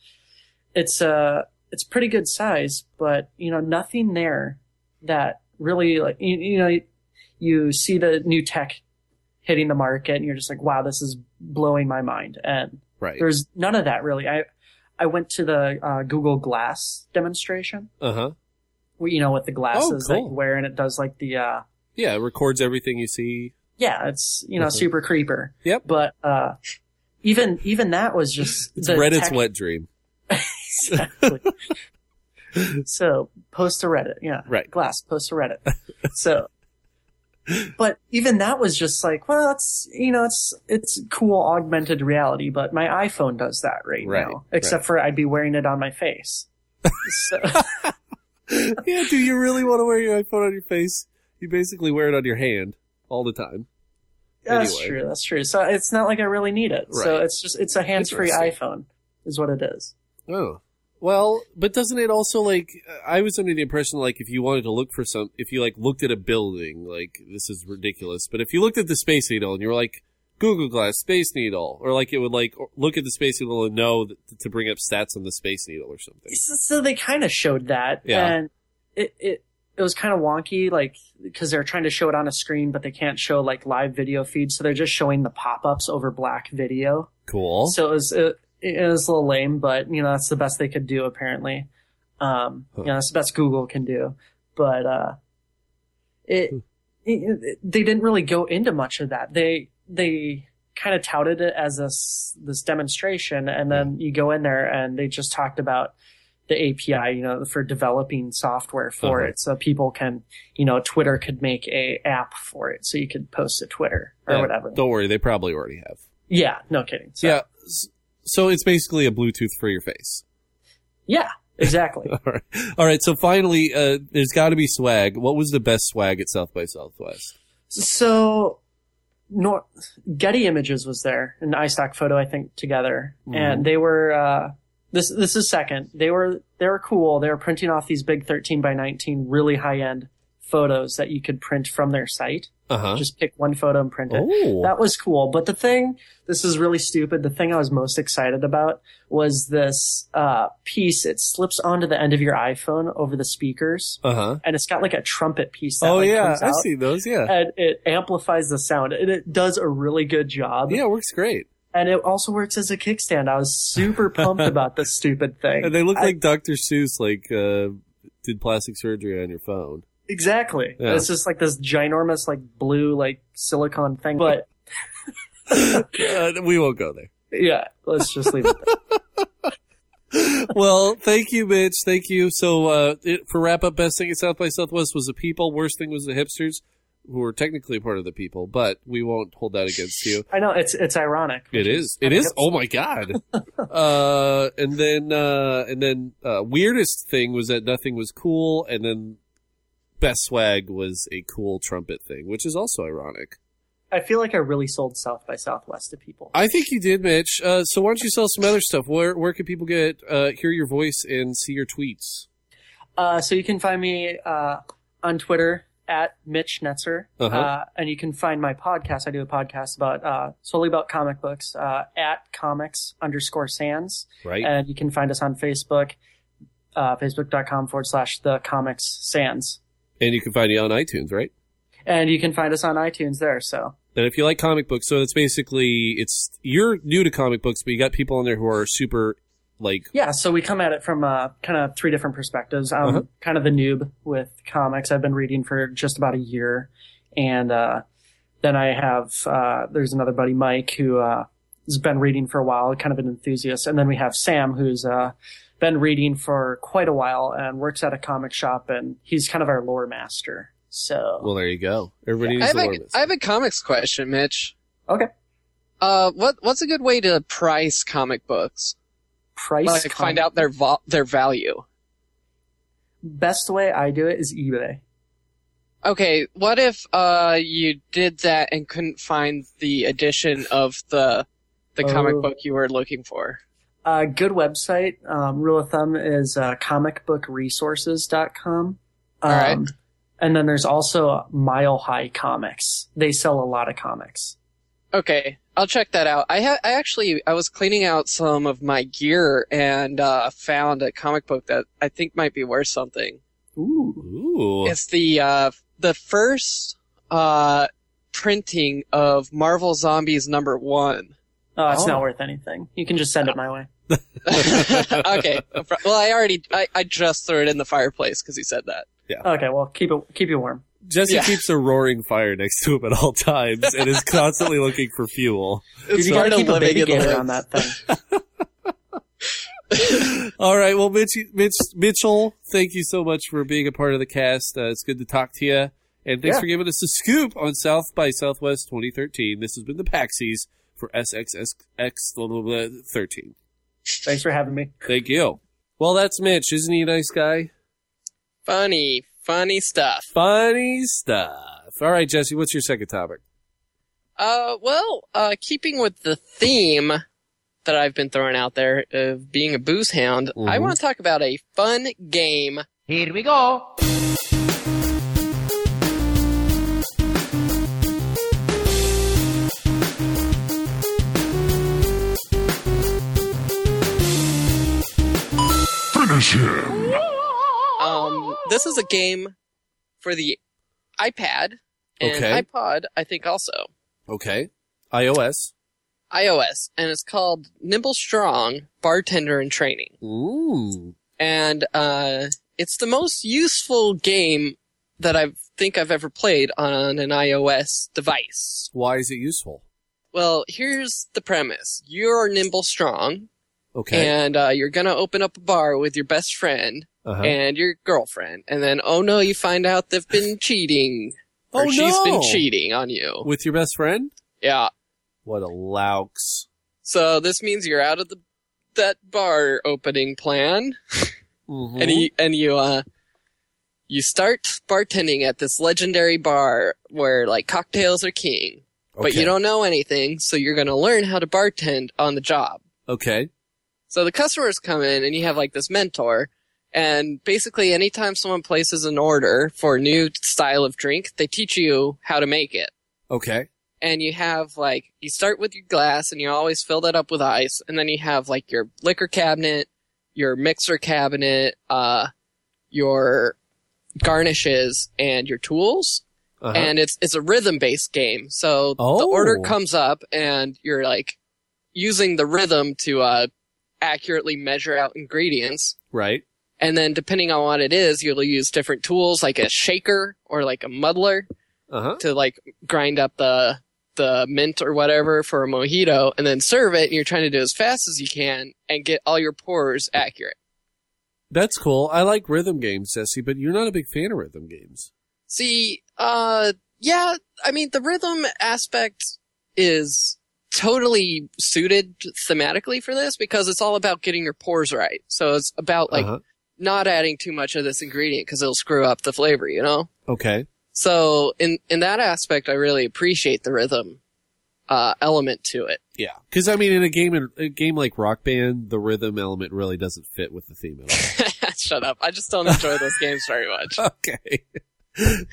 I: it's uh it's pretty good size, but you know nothing there that really like you, you know you see the new tech hitting the market and you're just like wow this is blowing my mind and
B: Right.
I: there's none of that really. I I went to the uh, Google Glass demonstration.
B: Uh huh.
I: where, You know, with the glasses that
B: Oh, cool.
I: you wear, and it does like the uh,
B: Yeah, it records everything you see.
I: yeah, it's you know
B: Mhm.
I: super creeper.
B: Yep.
I: But uh, even even that was just
B: *laughs* It's
I: the
B: Reddit's
I: tech-
B: wet dream. *laughs*
I: exactly. *laughs* so post to Reddit, yeah,
B: Right.
I: Glass post to Reddit. so, but even that was just like, well, it's you know, it's it's cool augmented reality, but my iPhone does that right,
B: Right,
I: now. Except for I'd be wearing it on my face. so,
B: yeah, do you really want to wear your iPhone on your face? You basically wear it on your hand all the time.
I: that's
B: Anyway.
I: true. That's true. So it's not like I really need it. So
B: Right.
I: it's just it's a hands free
B: Interesting.
I: iPhone, is what it is.
B: Oh. Well, but doesn't it also like I was under the impression like if you wanted to look for some if you like looked at a building, like this is ridiculous, but if you looked at the Space Needle and you were like Google Glass Space Needle or like it would like look at the Space Needle and know th- to bring up stats on the Space Needle or something.
I: so, so they kind of showed that
B: Yeah.
I: and it, it it was kind of wonky like because they're trying to show it on a screen but they can't show like live video feed so they're just showing the pop-ups over black video
B: Cool.
I: so it was it, it was a little lame but you know that's the best they could do apparently um
B: Huh.
I: you know that's the best google can do but uh
B: Hmm.
I: it, it, it they didn't really go into much of that they they kind of touted it as this this demonstration, and then
B: Hmm.
I: you go in there and they just talked about the API, you know, for developing software for
B: Uh-huh.
I: it, so people can, you know, Twitter could make a app for it, so you could post to Twitter or
B: Yeah,
I: whatever.
B: Don't worry, they probably already have.
I: Yeah, no kidding. So,
B: Yeah. s- So it's basically a Bluetooth for your face. *laughs*
I: yeah, exactly.
B: All right. All right. So finally, uh, there's got to be swag. What was the best swag at South by Southwest?
I: so, nor- Getty Images was there and iStock Photo, I think, together,
B: Mhm.
I: and they were. uh this this is second. They were they were cool. They were printing off these big thirteen by nineteen, really high end photos that you could print from their site.
B: Uh huh.
I: Just pick one photo and print it.
B: Oh.
I: That was cool. But the thing, this is really stupid. The thing I was most excited about was this uh, piece. It slips onto the end of your iPhone over the speakers,
B: Uh huh.
I: and it's got like a trumpet piece. That,
B: Oh
I: like,
B: yeah,
I: comes
B: I've
I: out,
B: seen those. Yeah.
I: And it amplifies the sound, and it does a really good job.
B: Yeah, it works great.
I: And it also works as a kickstand. I was
B: *laughs*
I: super pumped about this stupid thing.
B: And they look
I: I-
B: like Dr. Seuss, like uh, did plastic surgery on your phone.
I: exactly.
B: Yeah.
I: It's just like this ginormous, like blue, like silicon thing. But
B: Uh, we won't go there.
I: yeah, let's just leave it. there.
B: well, thank you, Mitch. Thank you. So, uh, it, for wrap up, best thing at South by Southwest was the people. Worst thing was the hipsters, who were technically part of the people, but we won't hold that against you.
I: I know it's it's ironic.
B: It is. It is. Oh my
C: *laughs*
B: god. uh, and then uh, and then uh, weirdest thing was that nothing was cool, and then best swag was a cool trumpet thing, which is also ironic.
I: I feel like I really sold South by Southwest to people.
B: I think you did, Mitch. Uh, so why don't you sell some other stuff? Where where can people get uh, hear your voice and see your tweets?
I: Uh, so you can find me uh, on Twitter at Mitch Netzer,
B: Uh-huh.
I: uh, and you can find my podcast. I do a podcast about uh, solely about comic books uh, at comics underscore sans,
B: Right.
C: Uh,
I: and you can find us on Facebook, uh, facebook.com forward slash the comics sans,
B: and you can find it on iTunes, right?
I: and you can find us on iTunes there. So
B: And if you like comic books, so it's basically it's you're new to comic books, but you got people on there who are super like
I: Yeah, so we come at it from uh, kind of three different perspectives. I'm
B: Uh-huh.
I: kind of the noob with comics. I've been reading for just about a year, and uh, Then I have uh, there's another buddy Mike who uh, has been reading for a while, kind of an enthusiast, and then we have Sam who's uh, been reading for quite a while and works at a comic shop, and he's kind of our lore master. So
B: Well, there you go. Everybody
C: I
B: needs
C: have,
B: to
C: a,
B: learn this.
C: I have a comics question, Mitch.
I: Okay.
C: Uh, what what's a good way to price comic books?
I: price
C: Like
I: com-
C: find out their vol their value.
I: best way I do it is eBay.
C: Okay, what if uh you did that and couldn't find the edition of the the
I: Oh.
C: comic book you were looking for?
I: A good website, um, rule of thumb is uh, comicbookresources.com. Um,
C: All right.
I: And then there's also Mile High Comics. They sell a lot of comics.
C: Okay, I'll check that out. I ha- I actually I was cleaning out some of my gear and uh, found a comic book that I think might be worth something.
I: Ooh.
B: Ooh.
C: It's the uh, the first uh, printing of Marvel Zombies number one.
I: Oh, it's
B: Oh.
I: not worth anything. You can just send it my way.
C: okay, no pro- well I already I, I just threw it in the fireplace because he said that.
I: Okay, well keep it keep you warm.
B: Jesse
C: Yeah.
B: keeps a roaring fire next to him at all times and is constantly looking for fuel.
I: Dude,
C: It's
I: you gotta
C: part of
I: keep a
C: living
I: baby
C: in the
I: gator
C: woods.
I: on that thing.
B: All right. Well, Mitch, Mitch, Mitchell, thank you so much for being a part of the cast. Uh, it's good to talk to you. And thanks
I: Yeah.
B: for giving us a scoop on South by Southwest 2013. This has been the Paxies for SXSX blah, blah, blah, 13.
I: Thanks for having me.
B: Thank you. Well, that's Mitch. Isn't he a nice guy?
C: Funny, funny stuff.
B: Funny stuff. All right, Jesse, what's your second topic?
C: Uh, well, uh, keeping with the theme that I've been throwing out there of being a booze hound, I
B: Mhm.
C: want to talk about a fun game.
F: Mm-hmm. Here we go.
C: Um, this is a game for the iPad and
B: Okay.
C: iPod, I think also
B: Okay. iOS.
C: iOS, and it's called Nimble Strong Bartender in Training,
B: Ooh.
C: and uh, it's the most useful game that I think I've ever played on an iOS device.
B: Why is it useful?
C: Well, here's the premise: you're Nimble Strong.
B: Okay.
C: and uh, you're gonna open up a bar with your best friend
B: Uh-huh.
C: and your girlfriend, and then oh no, you find out
B: *laughs*
C: they've been cheating or
B: oh,
C: she's been
B: no!
C: cheating on you.
B: With your best friend?
C: Yeah,
B: What a laux.
C: so this means you're out of the that bar opening plan,
B: Mhm.
C: and you and you uh you start bartending at this legendary bar where like cocktails are king, but
B: Okay.
C: you don't know anything, so you're gonna learn how to bartend on the job.
B: Okay.
C: So the customers come in and you have like this mentor and basically anytime someone places an order for a new style of drink, they teach you how to make it.
B: Okay.
C: And you have like, you start with your glass and you always fill that up with ice and then you have like your liquor cabinet, your mixer cabinet, uh, your garnishes and your tools.
B: Uh-huh.
C: And it's, it's a rhythm based game. So the
B: Oh.
C: order comes up and you're like using the rhythm to, uh, accurately measure out ingredients.
B: right.
C: And then depending on what it is, you'll use different tools like a shaker or like a muddler
B: Uh huh.
C: to like grind up the the mint or whatever for a mojito and then serve it and you're trying to do as fast as you can and get all your pours accurate.
B: That's cool. I like rhythm games, Jesse, but you're not a big fan of rhythm games.
C: See, uh yeah, I mean the rhythm aspect is totally suited thematically for this because it's all about getting your pours right. So it's about like
B: Uh-huh.
C: not adding too much of this ingredient because it'll screw up the flavor, you know?
B: Okay.
C: So in in that aspect, I really appreciate the rhythm uh, element to it.
B: Yeah. Because I mean, in a game, a game like Rock Band, the rhythm element really doesn't fit with the theme at
C: *laughs* Shut up! I just don't enjoy those games very much.
B: all. *laughs* okay.
C: *laughs*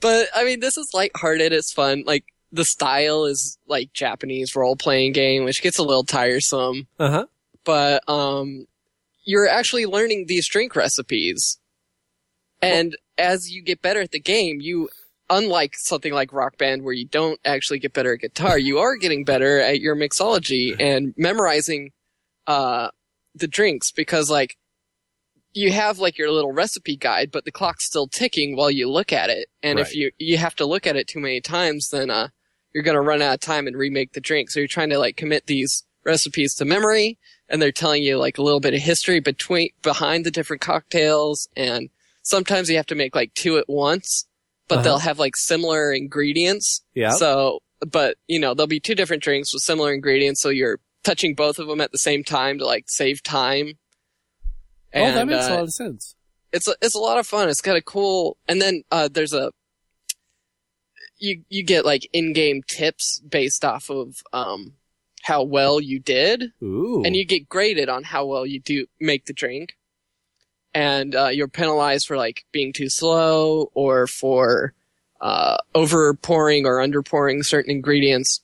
C: But I mean, this is lighthearted. It's fun. Like the style is like Japanese role playing game, which gets a little tiresome.
B: Uh huh.
C: But um, you're actually learning these drink recipes, and as you get better at the game, you unlike something like rock band where you don't actually get better at guitar you are getting better at your *laughs* mixology and memorizing uh the drinks because like you have like your little recipe guide, but the clock's still ticking while you look at it. And if
B: Right.
C: you you have to look at it too many times, then uh, you're gonna run out of time and remake the drink. So you're trying to like commit these recipes to memory, and they're telling you like a little bit of history between behind the different cocktails. And sometimes you have to make like two at once, but
B: Uh-huh.
C: they'll have like similar ingredients.
B: Yeah.
C: So, but you know, there'll be two different drinks with similar ingredients, so you're touching both of them at the same time to like save time.
B: oh, that
C: And,
B: makes
C: uh,
B: a lot of sense.
C: it's a, it's a lot of fun. It's got a cool, and then uh, there's a you you get like in-game tips based off of um, how well you did,
B: Ooh.
C: and you get graded on how well you do make the drink, and uh, you're penalized for like being too slow or for uh, over pouring or under pouring certain ingredients,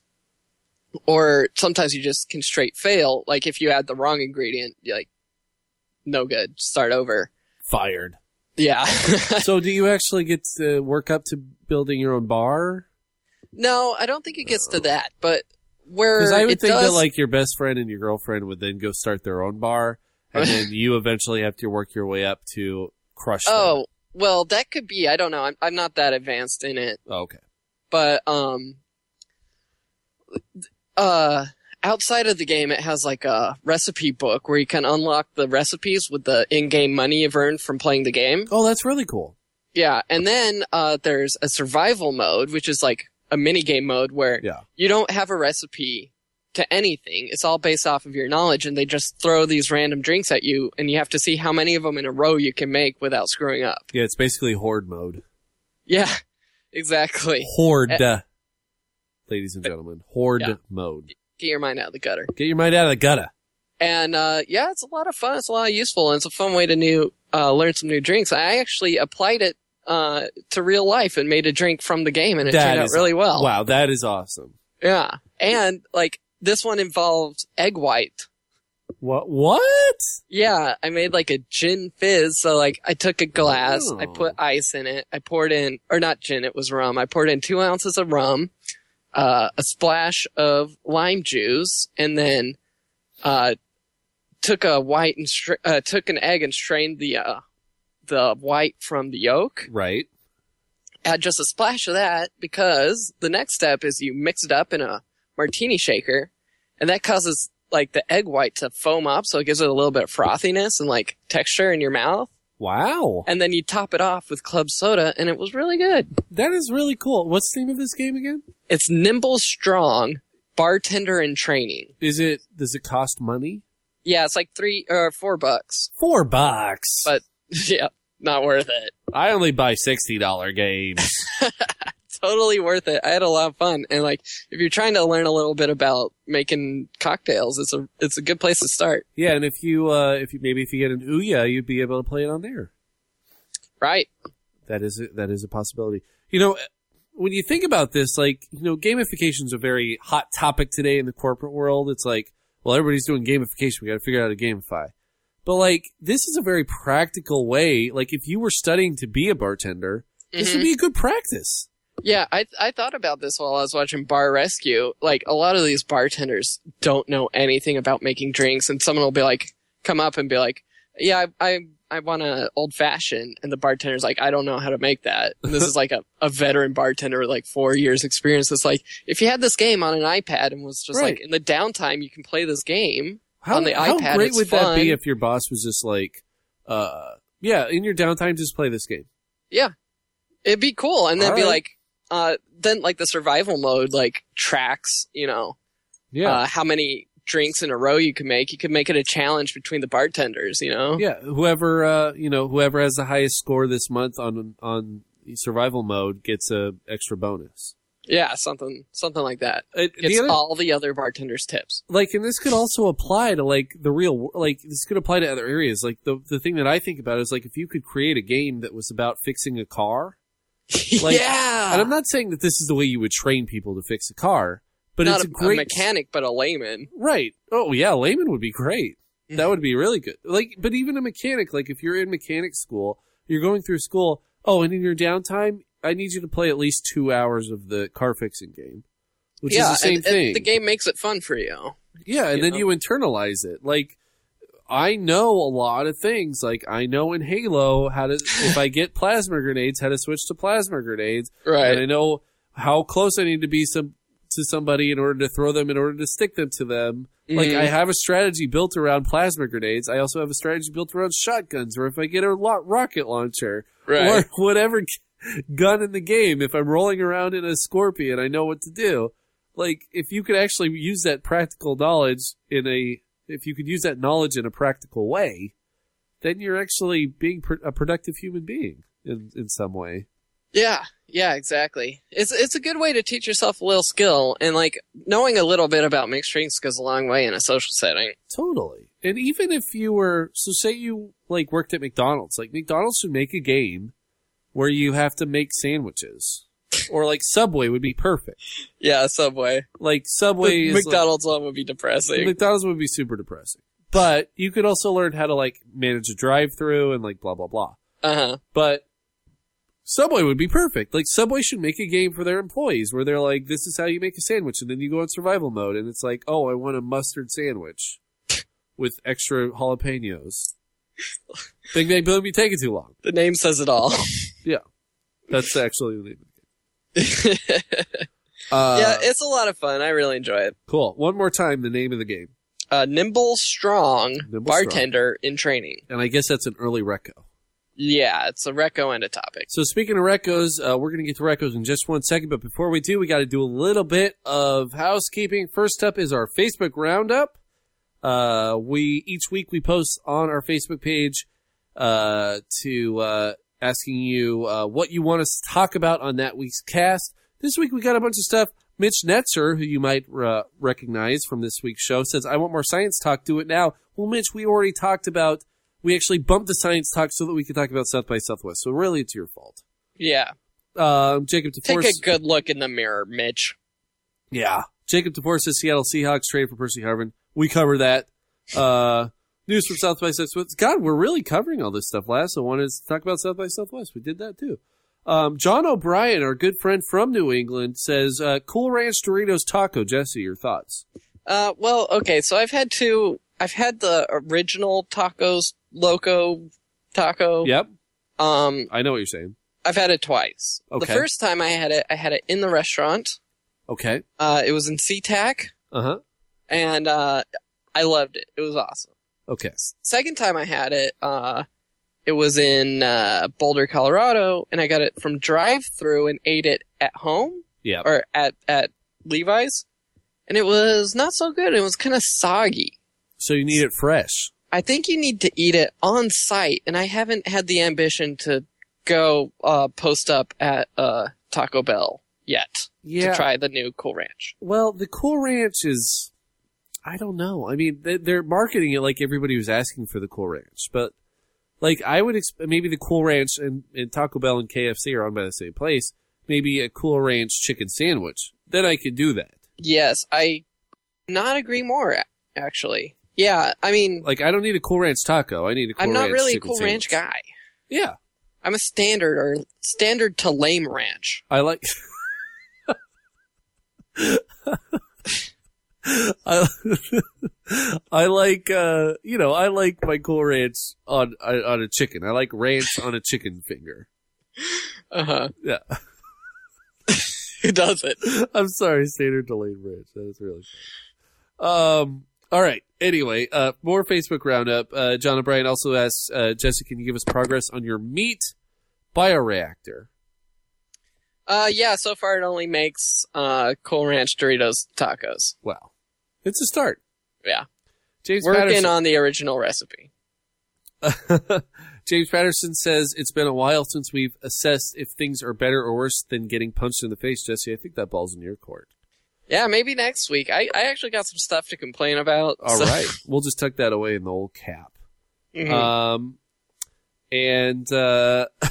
C: or sometimes you just can straight fail. Like if you add the wrong ingredient, you're like no good, start over.
B: fired.
C: Yeah. *laughs*
B: so do you actually get to work up to building your own bar?
C: no, I don't think it gets to that, but where
B: Because I would
C: it
B: think
C: does,
B: that like your best friend and your girlfriend would then go start their own bar, and then you eventually have to work your way up to crush. them.
C: oh, well, that could be. I don't know. I'm I'm not that advanced in it,
B: Oh, okay.
C: but um, uh, outside of the game, it has like a recipe book where you can unlock the recipes with the in-game money you've earned from playing the game.
B: Oh, that's really cool.
C: Yeah, and then uh, there's a survival mode, which is like a mini game mode where
B: Yeah.
C: you don't have a recipe to anything. It's all based off of your knowledge, and they just throw these random drinks at you, and you have to see how many of them in a row you can make without screwing up.
B: Yeah, it's basically horde mode.
C: Yeah, *laughs* exactly.
B: Horde, ladies and gentlemen, horde
C: Eh. Yeah.
B: mode.
C: Get your mind out of the gutter.
B: Get your mind out of the gutter.
C: And uh, yeah, it's a lot of fun. It's a lot of useful, and it's a fun way to new uh, learn some new drinks. I actually applied it uh, to real life and made a drink from the game, and it
B: That
C: turned out
B: is-
C: really well.
B: Wow, that is awesome.
C: Yeah, and like this one involved egg white.
B: What? What?
C: Yeah, I made like a gin fizz. So like, I took a glass, I
B: Oh.
C: put ice in it, I poured in, or not gin, it was rum. I poured in two ounces of rum, uh, a splash of lime juice, and then uh, took a white and stra- uh, took an egg and strained the uh, the white from the yolk.
B: Right.
C: Add just a splash of that because the next step is you mix it up in a martini shaker, and that causes like the egg white to foam up, so it gives it a little bit of frothiness and like texture in your mouth.
B: Wow,
C: And then you top it off with club soda, and it was really good.
B: that is really cool. What's the name of this game again?
C: It's nimble, strong, bartender in training.
B: Is it? Does it cost money?
C: Yeah, it's like three or four bucks. *laughs*
B: Four bucks.
C: But- yeah, not worth it.
B: I only buy sixty dollar games.
C: Totally worth it. I had a lot of fun, and like if you're trying to learn a little bit about making cocktails, it's a it's a good place to start.
B: yeah, and if you uh if you maybe if you get an Ouya, you'd be able to play it on there.
C: Right?
B: That is a, that is a possibility. You know, eh, when you think about this, like you know, gamification is a very hot topic today in the corporate world. It's like, well, everybody's doing gamification. We got to figure out how to gamify. But like, this is a very practical way. Like, if you were studying to be a bartender, this would
C: Mhm.
B: be a good practice.
C: Yeah, I I thought about this while I was watching Bar Rescue. Like a lot of these bartenders don't know anything about making drinks, and someone will be like, come up and be like, yeah, I I, I want a old fashioned, and the bartender's like, I don't know how to make that. And this is like a, a veteran bartender with like four years experience. It's like if you had this game on an iPad and was just
B: Right.
C: like in the downtime you can play this game.
B: How,
C: On the
B: how
C: iPad,
B: great
C: it's
B: would that be
C: fun.
B: if your boss was just like, uh, yeah, in your downtime, just play this game.
C: It'd be cool, and then
B: All
C: be
B: right.
C: like, uh, then like the survival mode like tracks, you know.
B: Yeah.
C: uh, how many drinks in a row you can make. You could make it a challenge between the bartenders, you know?
B: Yeah, whoever uh, you know, whoever has the highest score this month on on survival mode gets a extra bonus.
C: Yeah, something something like that.
B: It,
C: It's
B: the other,
C: all the other bartenders'
B: *laughs*
C: tips.
B: like, and this could also apply to like the real, wor- like this could apply to other areas. Like the the thing that I think about is like if you could create a game that was about fixing a car, Like-
C: yeah.
B: and I'm not saying that this is the way you would train people to fix a car, but
C: Not
B: it's
C: a,
B: a, great
C: mechanic, but a layman.
B: Right. Oh yeah, layman would be great. That would be really good. Like, but even a mechanic, like if you're in mechanic school, you're going through school. Oh, and in your downtime, I need you to play at least two hours of the car fixing game, which
C: yeah,
B: is the same
C: and- and
B: thing.
C: the game makes it fun for you.
B: yeah, and
C: you
B: then
C: know?
B: you internalize it. Like, I know a lot of things. Like I know in Halo how to if I get plasma grenades, how to switch to plasma grenades.
C: Right.
B: And I know how close I need to be some to somebody in order to throw them in order to stick them to them. Like
C: Mhm.
B: I have a strategy built around plasma grenades. I also have a strategy built around shotguns or if I get a lo- rocket launcher
C: Right.
B: or *laughs* whatever g- gun in the game if I'm rolling around in a scorpion, I know what to do. Like if you could actually use that practical knowledge in a if you could use that knowledge in a practical way, then you're actually being pr- a productive human being in in some way.
C: Yeah, yeah, exactly. It's it's a good way to teach yourself a little skill, and like knowing a little bit about mixed drinks goes a long way in a social setting.
B: Totally. And even if you were so say you like worked at McDonald's, like McDonald's should make a game where you have to make sandwiches. Or like Subway would be perfect.
C: Yeah, Subway,
B: Like
C: *laughs*
B: Subway is like-
C: McDonald's one would be depressing.
B: McDonald's would be super depressing. But you could also learn how to like manage a drive through and like blah blah blah.
C: uh huh.
B: But Subway would be perfect. Like Subway should make a game for their employees where they're like, This is how you make a sandwich and then you go in survival mode and it's like, Oh, I want a mustard sandwich with extra jalapenos. Big Bang Boom, you take it too long.
C: The name says it all. *laughs*
B: That's actually the name of
C: yeah,
B: the uh,
C: it's a lot of fun. I really enjoy it.
B: cool. One more time the name of the game.
C: Uh, Nimble Strong,
B: Nimble
C: bartender in training.
B: And I guess that's an early reco.
C: Yeah, it's a reco and a topic.
B: So speaking of recos, uh, we're going to get to recos in just one second. But before we do, we got to do a little bit of housekeeping. First up is our Facebook roundup. Uh, we each week we post on our Facebook page uh, to uh, asking you uh, what you want us to talk about on that week's cast. This week we got a bunch of stuff. Mitch Netzer, who you might uh, recognize from this week's show, says, "I want more science talk. Do it now." Well, Mitch, we already talked about. We actually bumped the science talk so that we could talk about South by Southwest. So really, it's your fault.
C: Yeah.
B: Um, Jacob
C: Take
B: DeForest.
C: a good look in the mirror, Mitch.
B: yeah. Jacob DeForest says Seattle Seahawks trade for Percy Harvin. We cover that. Uh, news from South by Southwest. God, we're really covering all this stuff. Last, I wanted to talk about South by Southwest. We did that too. Um, John O'Brien, our good friend from New England, says uh, Cool Ranch Doritos Taco. Jesse, your thoughts?
C: Uh, well, okay, so I've had two. I've had the original tacos, loco taco.
B: Yep,
C: Um,
B: I know what you're saying.
C: I've had it twice.
B: Okay.
C: The first time I had it, I had it in the restaurant.
B: Okay.
C: Uh, it was in SeaTac,
B: Uh huh.
C: and uh, I loved it. It was awesome.
B: Okay.
C: Second time I had it, uh, it was in uh, Boulder, Colorado, and I got it from drive-through and ate it at home.
B: Yeah.
C: or at at Levi's, and it was not so good. It was kind of soggy.
B: So you need it fresh.
C: I think you need to eat it on site, and I haven't had the ambition to go uh, post up at uh, Taco Bell yet
B: Yeah.
C: to try the new Cool Ranch.
B: Well, the Cool Ranch is, I don't know. I mean, they- they're marketing it like everybody was asking for the Cool Ranch, but like I would exp- maybe the Cool Ranch and, and Taco Bell and KFC are owned by the same place. Maybe a Cool Ranch chicken sandwich. Then I could do that.
C: Yes, I not agree more a- actually. Yeah, I mean,
B: Like I don't need a Cool Ranch taco. I need a Cool
C: I'm
B: Ranch.
C: not really a
B: chicken
C: Cool
B: sandwich.
C: Ranch guy.
B: Yeah,
C: I'm a standard or standard to lame ranch.
B: I like. *laughs* I, I like uh, you know I like my cool ranch on on on a chicken. I like ranch on a chicken finger.
C: Uh huh.
B: Yeah.
C: Who does it?
B: *laughs* I'm sorry, standard delayed ranch. That is really funny. Um. All right. Anyway, uh, more Facebook roundup. Uh, John O'Brien also asks uh, Jessica, can you give us progress on your meat bioreactor?
C: Uh, yeah, so far it only makes uh, Cool Ranch Doritos tacos.
B: Wow, it's a start.
C: Yeah.
B: James Patterson.
C: Working on the original recipe.
B: *laughs* James Patterson says it's been a while since we've assessed if things are better or worse than getting punched in the face. Jesse, I think that ball's in your court.
C: Yeah, maybe next week. I, I actually got some stuff to complain about.
B: *laughs* All
C: *laughs*
B: right, we'll just tuck that away in the old cap.
C: Mhm.
B: Um, and uh, *laughs*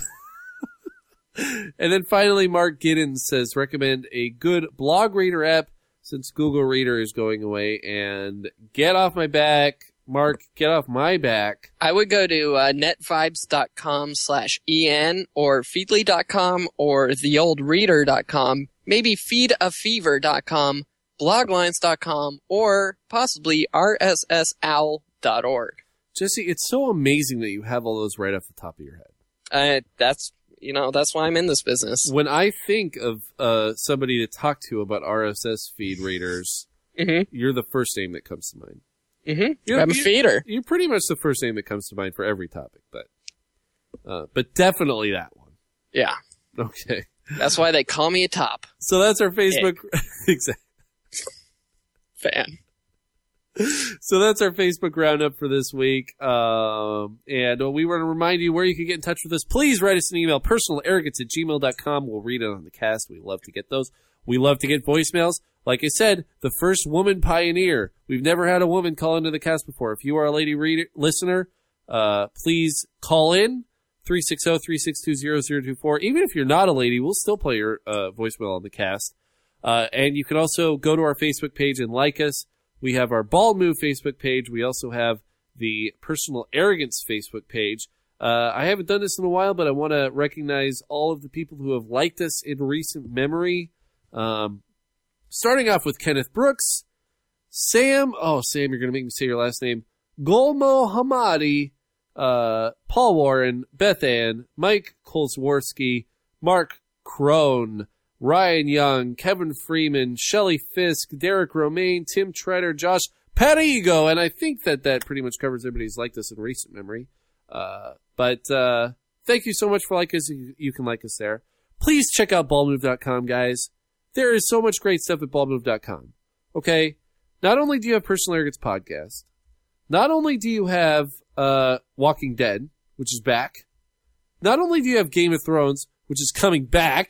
B: and then finally, Mark Giddens says recommend a good blog reader app since Google Reader is going away. And get off my back, Mark. Get off my back.
C: I would go to uh, netvibes.com slash en or feedly.com or theoldreader.com, maybe feedafever.com, bloglines.com, or possibly rssowl.org.
B: Jesse, it's so amazing that you have all those right off the top of your head.
C: I, that's you know that's why I'm in this business.
B: When I think of uh, somebody to talk to about RSS feed readers,
C: Mhm.
B: you're the first name that comes to mind.
C: hmm
B: You're-
C: I'm a
B: you-
C: feeder.
B: You're pretty much the first name that comes to mind for every topic, but uh, but definitely that one. *laughs*
C: Yeah,
B: Okay,
C: that's why they call me a top
B: so that's our Facebook. *laughs* exactly.
C: fan.
B: so that's our Facebook roundup for this week. Um, and uh, we want to remind you where you can get in touch with us. Please write us an email, personalarrogance at gmail.com. We'll read it on the cast. We love to get those. We love to get voicemails. Like I said, the first woman pioneer. We've never had a woman call into the cast before. If you are a lady reader, listener, uh, please call in oh, 360-362-0024. Even if you're not a lady, we'll still play your uh, voicemail on the cast. Uh, and you can also go to our Facebook page and like us. We have our Ball Move Facebook page. We also have the Personal Arrogance Facebook page. Uh, I haven't done this in a while, but I want to recognize all of the people who have liked us in recent memory. Um, starting off with Kenneth Brooks, Sam. Oh, Sam, you're going to make me say your last name. Golmo Hamadi, uh, Paul Warren, Beth Ann, Mike Kolswarski, Mark Crone, Ryan Young, Kevin Freeman, Shelly Fisk, Derek Romaine, Tim Treader, Josh Perigo, and I think that that pretty much covers everybody's liked us in recent memory. Uh, but uh, thank you so much for like us. You, you can like us there. Please check out ballmove.com, guys. There is so much great stuff at ballmove.com. Okay, not only do you have Personal Arrogance podcast, not only do you have uh, Walking Dead, which is back, not only do you have Game of Thrones, which is coming back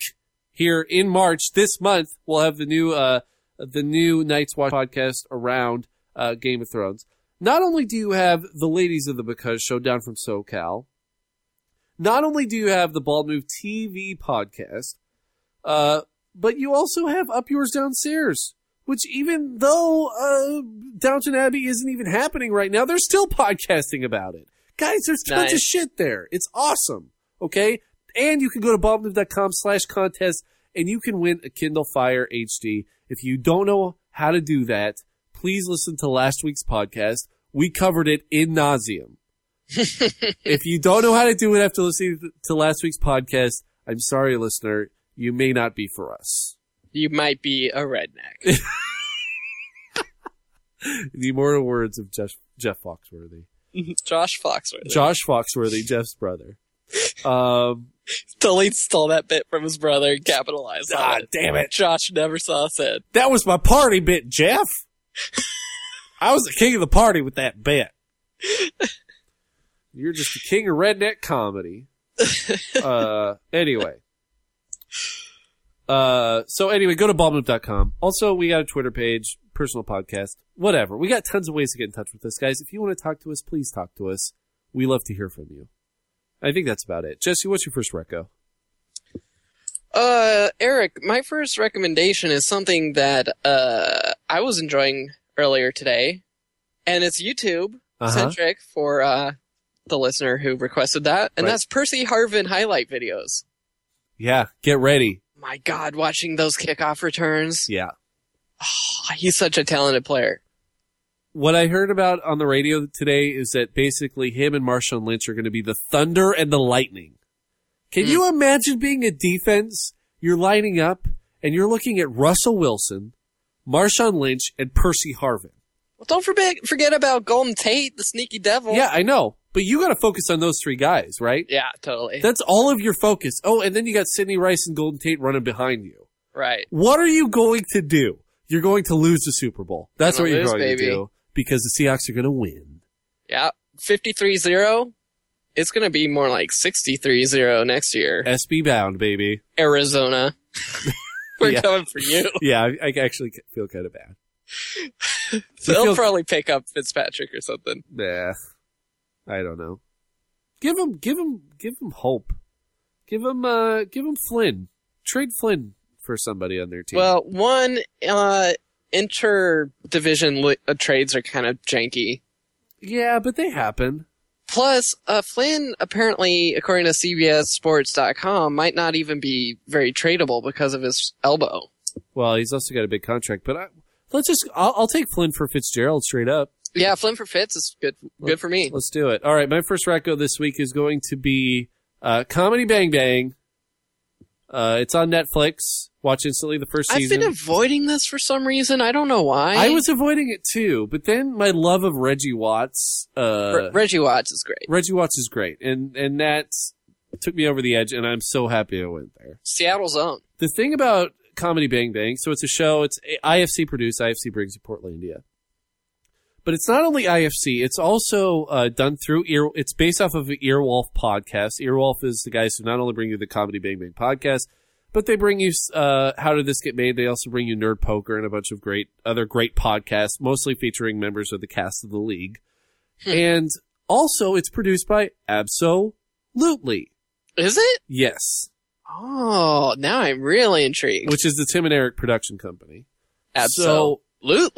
B: here in March this month. We'll have the new uh, the new Night's Watch podcast around uh, Game of Thrones. Not only do you have the ladies of the Because Show down from SoCal, not only do you have the Bald Move TV podcast, uh, but you also have Up Yours Downstairs, which even though uh, Downton Abbey isn't even happening right now, they're still podcasting about it. Guys, there's tons of
C: Nice.
B: shit there. It's awesome. Okay? And you can go to baldmove.com slash contest and you can win a Kindle Fire HD. If you don't know how to do that, please listen to last week's podcast. We covered it in nauseum. if you don't know how to do it after listening to last week's podcast, I'm sorry, listener. You may not be for us.
C: You might be
B: *laughs*
C: a redneck.
B: The immortal words of Jeff, Jeff Foxworthy.
C: Josh Foxworthy.
B: Josh Foxworthy, Jeff's brother. Um,
C: Tully stole that bit from his brother and capitalized on
B: Ah,
C: it.
B: damn it.
C: Josh never saw said.
B: That was my party bit, Jeff. I was the king of the party with that bit. You're just the king of redneck comedy. Uh, anyway. Uh, so anyway, go to ballmove.com. Also, we got a Twitter page, personal podcast, whatever. We got tons of ways to get in touch with us, guys. If you want to talk to us, please talk to us. We love to hear from you. I think that's about it. Jesse, what's your first reco?
C: Uh, Eric, my first recommendation is something that uh I was enjoying earlier today, and it's YouTube
B: Uh-huh.
C: centric for uh the listener who requested that, and
B: Right.
C: that's Percy Harvin highlight videos.
B: Yeah, get ready.
C: My God, watching those kickoff returns, Ah,
B: Yeah.
C: he's such a talented player.
B: what I heard about on the radio today is that basically him and Marshawn Lynch are going to be the thunder and the lightning. Can
C: Hmm.
B: you imagine being a defense? You're lining up and you're looking at Russell Wilson, Marshawn Lynch, and Percy Harvin.
C: Well, don't forget forget about Golden Tate, the sneaky devil.
B: Yeah, I know, but you got to focus on those three guys, right?
C: yeah, totally.
B: That's all of your focus. Oh, and then you got Sidney Rice and Golden Tate running behind you.
C: right.
B: What are you going to do? You're going to lose the Super Bowl. That's
C: Gonna
B: what you're
C: lose,
B: going to
C: baby.
B: do because the Seahawks are going to win.
C: Yeah, 53-0. It's going to be more like 63-0 next year.
B: SB bound, baby.
C: Arizona. *laughs* We're
B: Yeah.
C: coming
B: *laughs*
C: for you.
B: yeah, I, I actually feel kind of bad.
C: They'll
B: feel-
C: probably pick up Fitzpatrick or something.
B: Nah, I don't know. Give him, give him, give him hope. Give him, uh, give him Flynn. Trade Flynn for somebody on their team.
C: Well, one, uh, interdivision li- uh, trades are kind of janky.
B: yeah, but they happen.
C: Plus, uh, Flynn apparently, according to CBSSports.com, might not even be very tradable because of his elbow.
B: Well, he's also got a big contract, but I, let's just, I'll, I'll take Flynn for Fitzgerald straight up.
C: Yeah, Flim for Fits is good. Good for me.
B: Let's do it. All right, my first reco this week is going to be uh, Comedy Bang Bang. Uh, it's on Netflix. Watch instantly the first
C: I've
B: season.
C: been avoiding this for some reason. I don't know why.
B: I was avoiding it too, but then my love of Reggie Watts. Uh,
C: Re- Reggie Watts is great.
B: Reggie Watts is great, and and that took me over the edge, and I'm so happy I went there.
C: Seattle's own.
B: the thing about Comedy Bang Bang, so it's a show, it's IFC produced, IFC brings you Portlandia. But it's not only IFC, it's also uh, done through Ear. It's based off of an Earwolf podcast. Earwolf is the guys who not only bring you the Comedy Bang Bang podcast, but they bring you uh, How Did This Get Made? They also bring you Nerd Poker and a bunch of great other great podcasts, mostly featuring members of the cast of the league. and also, it's produced by Absolutely.
C: Is it?
B: Yes.
C: Oh, now I'm really intrigued.
B: Which is the Tim and Eric production company.
C: Absolutely.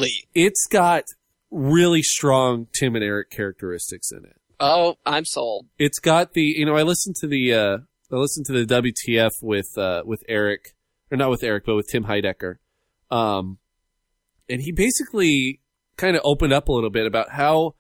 B: So it's got really strong Tim and Eric characteristics in it.
C: oh, I'm sold.
B: It's got the you know I listened to the uh, I listened to the WTF with uh, with Eric or not with Eric but with Tim Heidecker, um, and he basically kind of opened up a little bit about how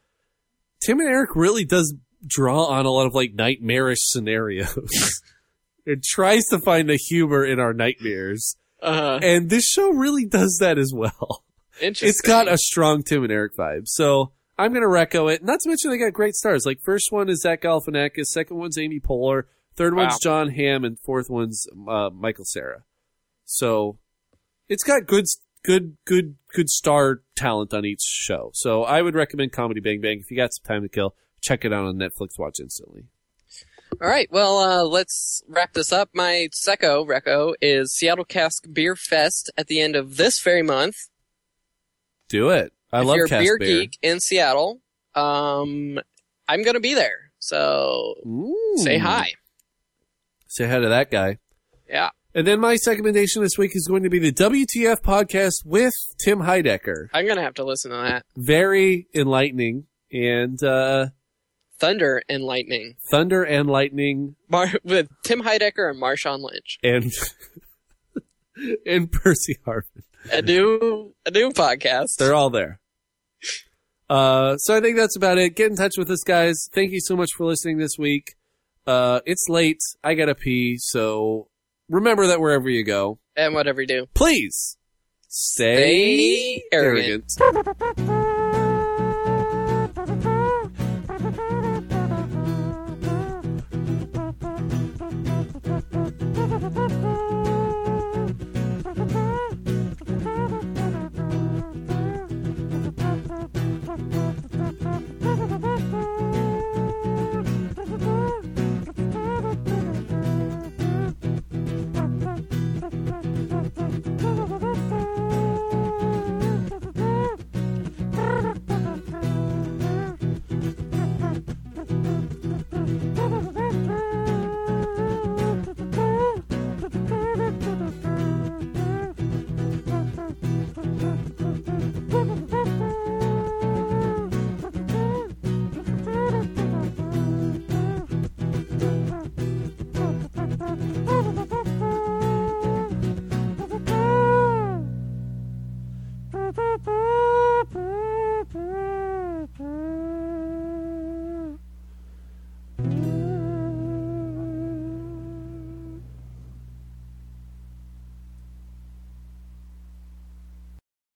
B: Tim and Eric really does draw on a lot of like nightmarish scenarios. *laughs* it tries to find the humor in our nightmares,
C: Uh,
B: and this show really does that as well.
C: interesting.
B: It's got a strong Tim and Eric vibe. So I'm going to reco it. Not to mention they got great stars. Like first one is Zach Galifianakis, second one's Amy Poehler, third
C: Wow.
B: one's John Hamm, and fourth one's uh, Michael Sarah. So it's got good, good, good, good star talent on each show. So I would recommend Comedy Bang Bang if you got some time to kill. Check it out on Netflix. Watch instantly.
C: All right, well, uh, let's wrap this up. My secco reco is Seattle Cask Beer Fest at the end of this very month.
B: Do it. I
C: if
B: love
C: you're a
B: Cast
C: beer,
B: Bear.
C: geek in Seattle, um, I'm gonna be there. So
B: Ooh.
C: say hi.
B: Mm. Say hi to that guy.
C: Yeah.
B: And then my recommendation this week is going to be the WTF podcast with Tim Heidecker.
C: I'm gonna have to listen to that.
B: Very enlightening and uh,
C: Thunder and Lightning
B: thunder and lightning
C: Mar- with Tim Heidecker and Marshawn Lynch.
B: and *laughs* and Percy Harvin.
C: A new a new podcast.
B: They're all there. Uh, so I think that's about it. Get in touch with us, guys. Thank you so much for listening this week. Uh, it's late. I gotta pee. So remember that wherever you go,
C: and whatever you do.
B: please stay,
C: Stay arrogant.
G: Bye.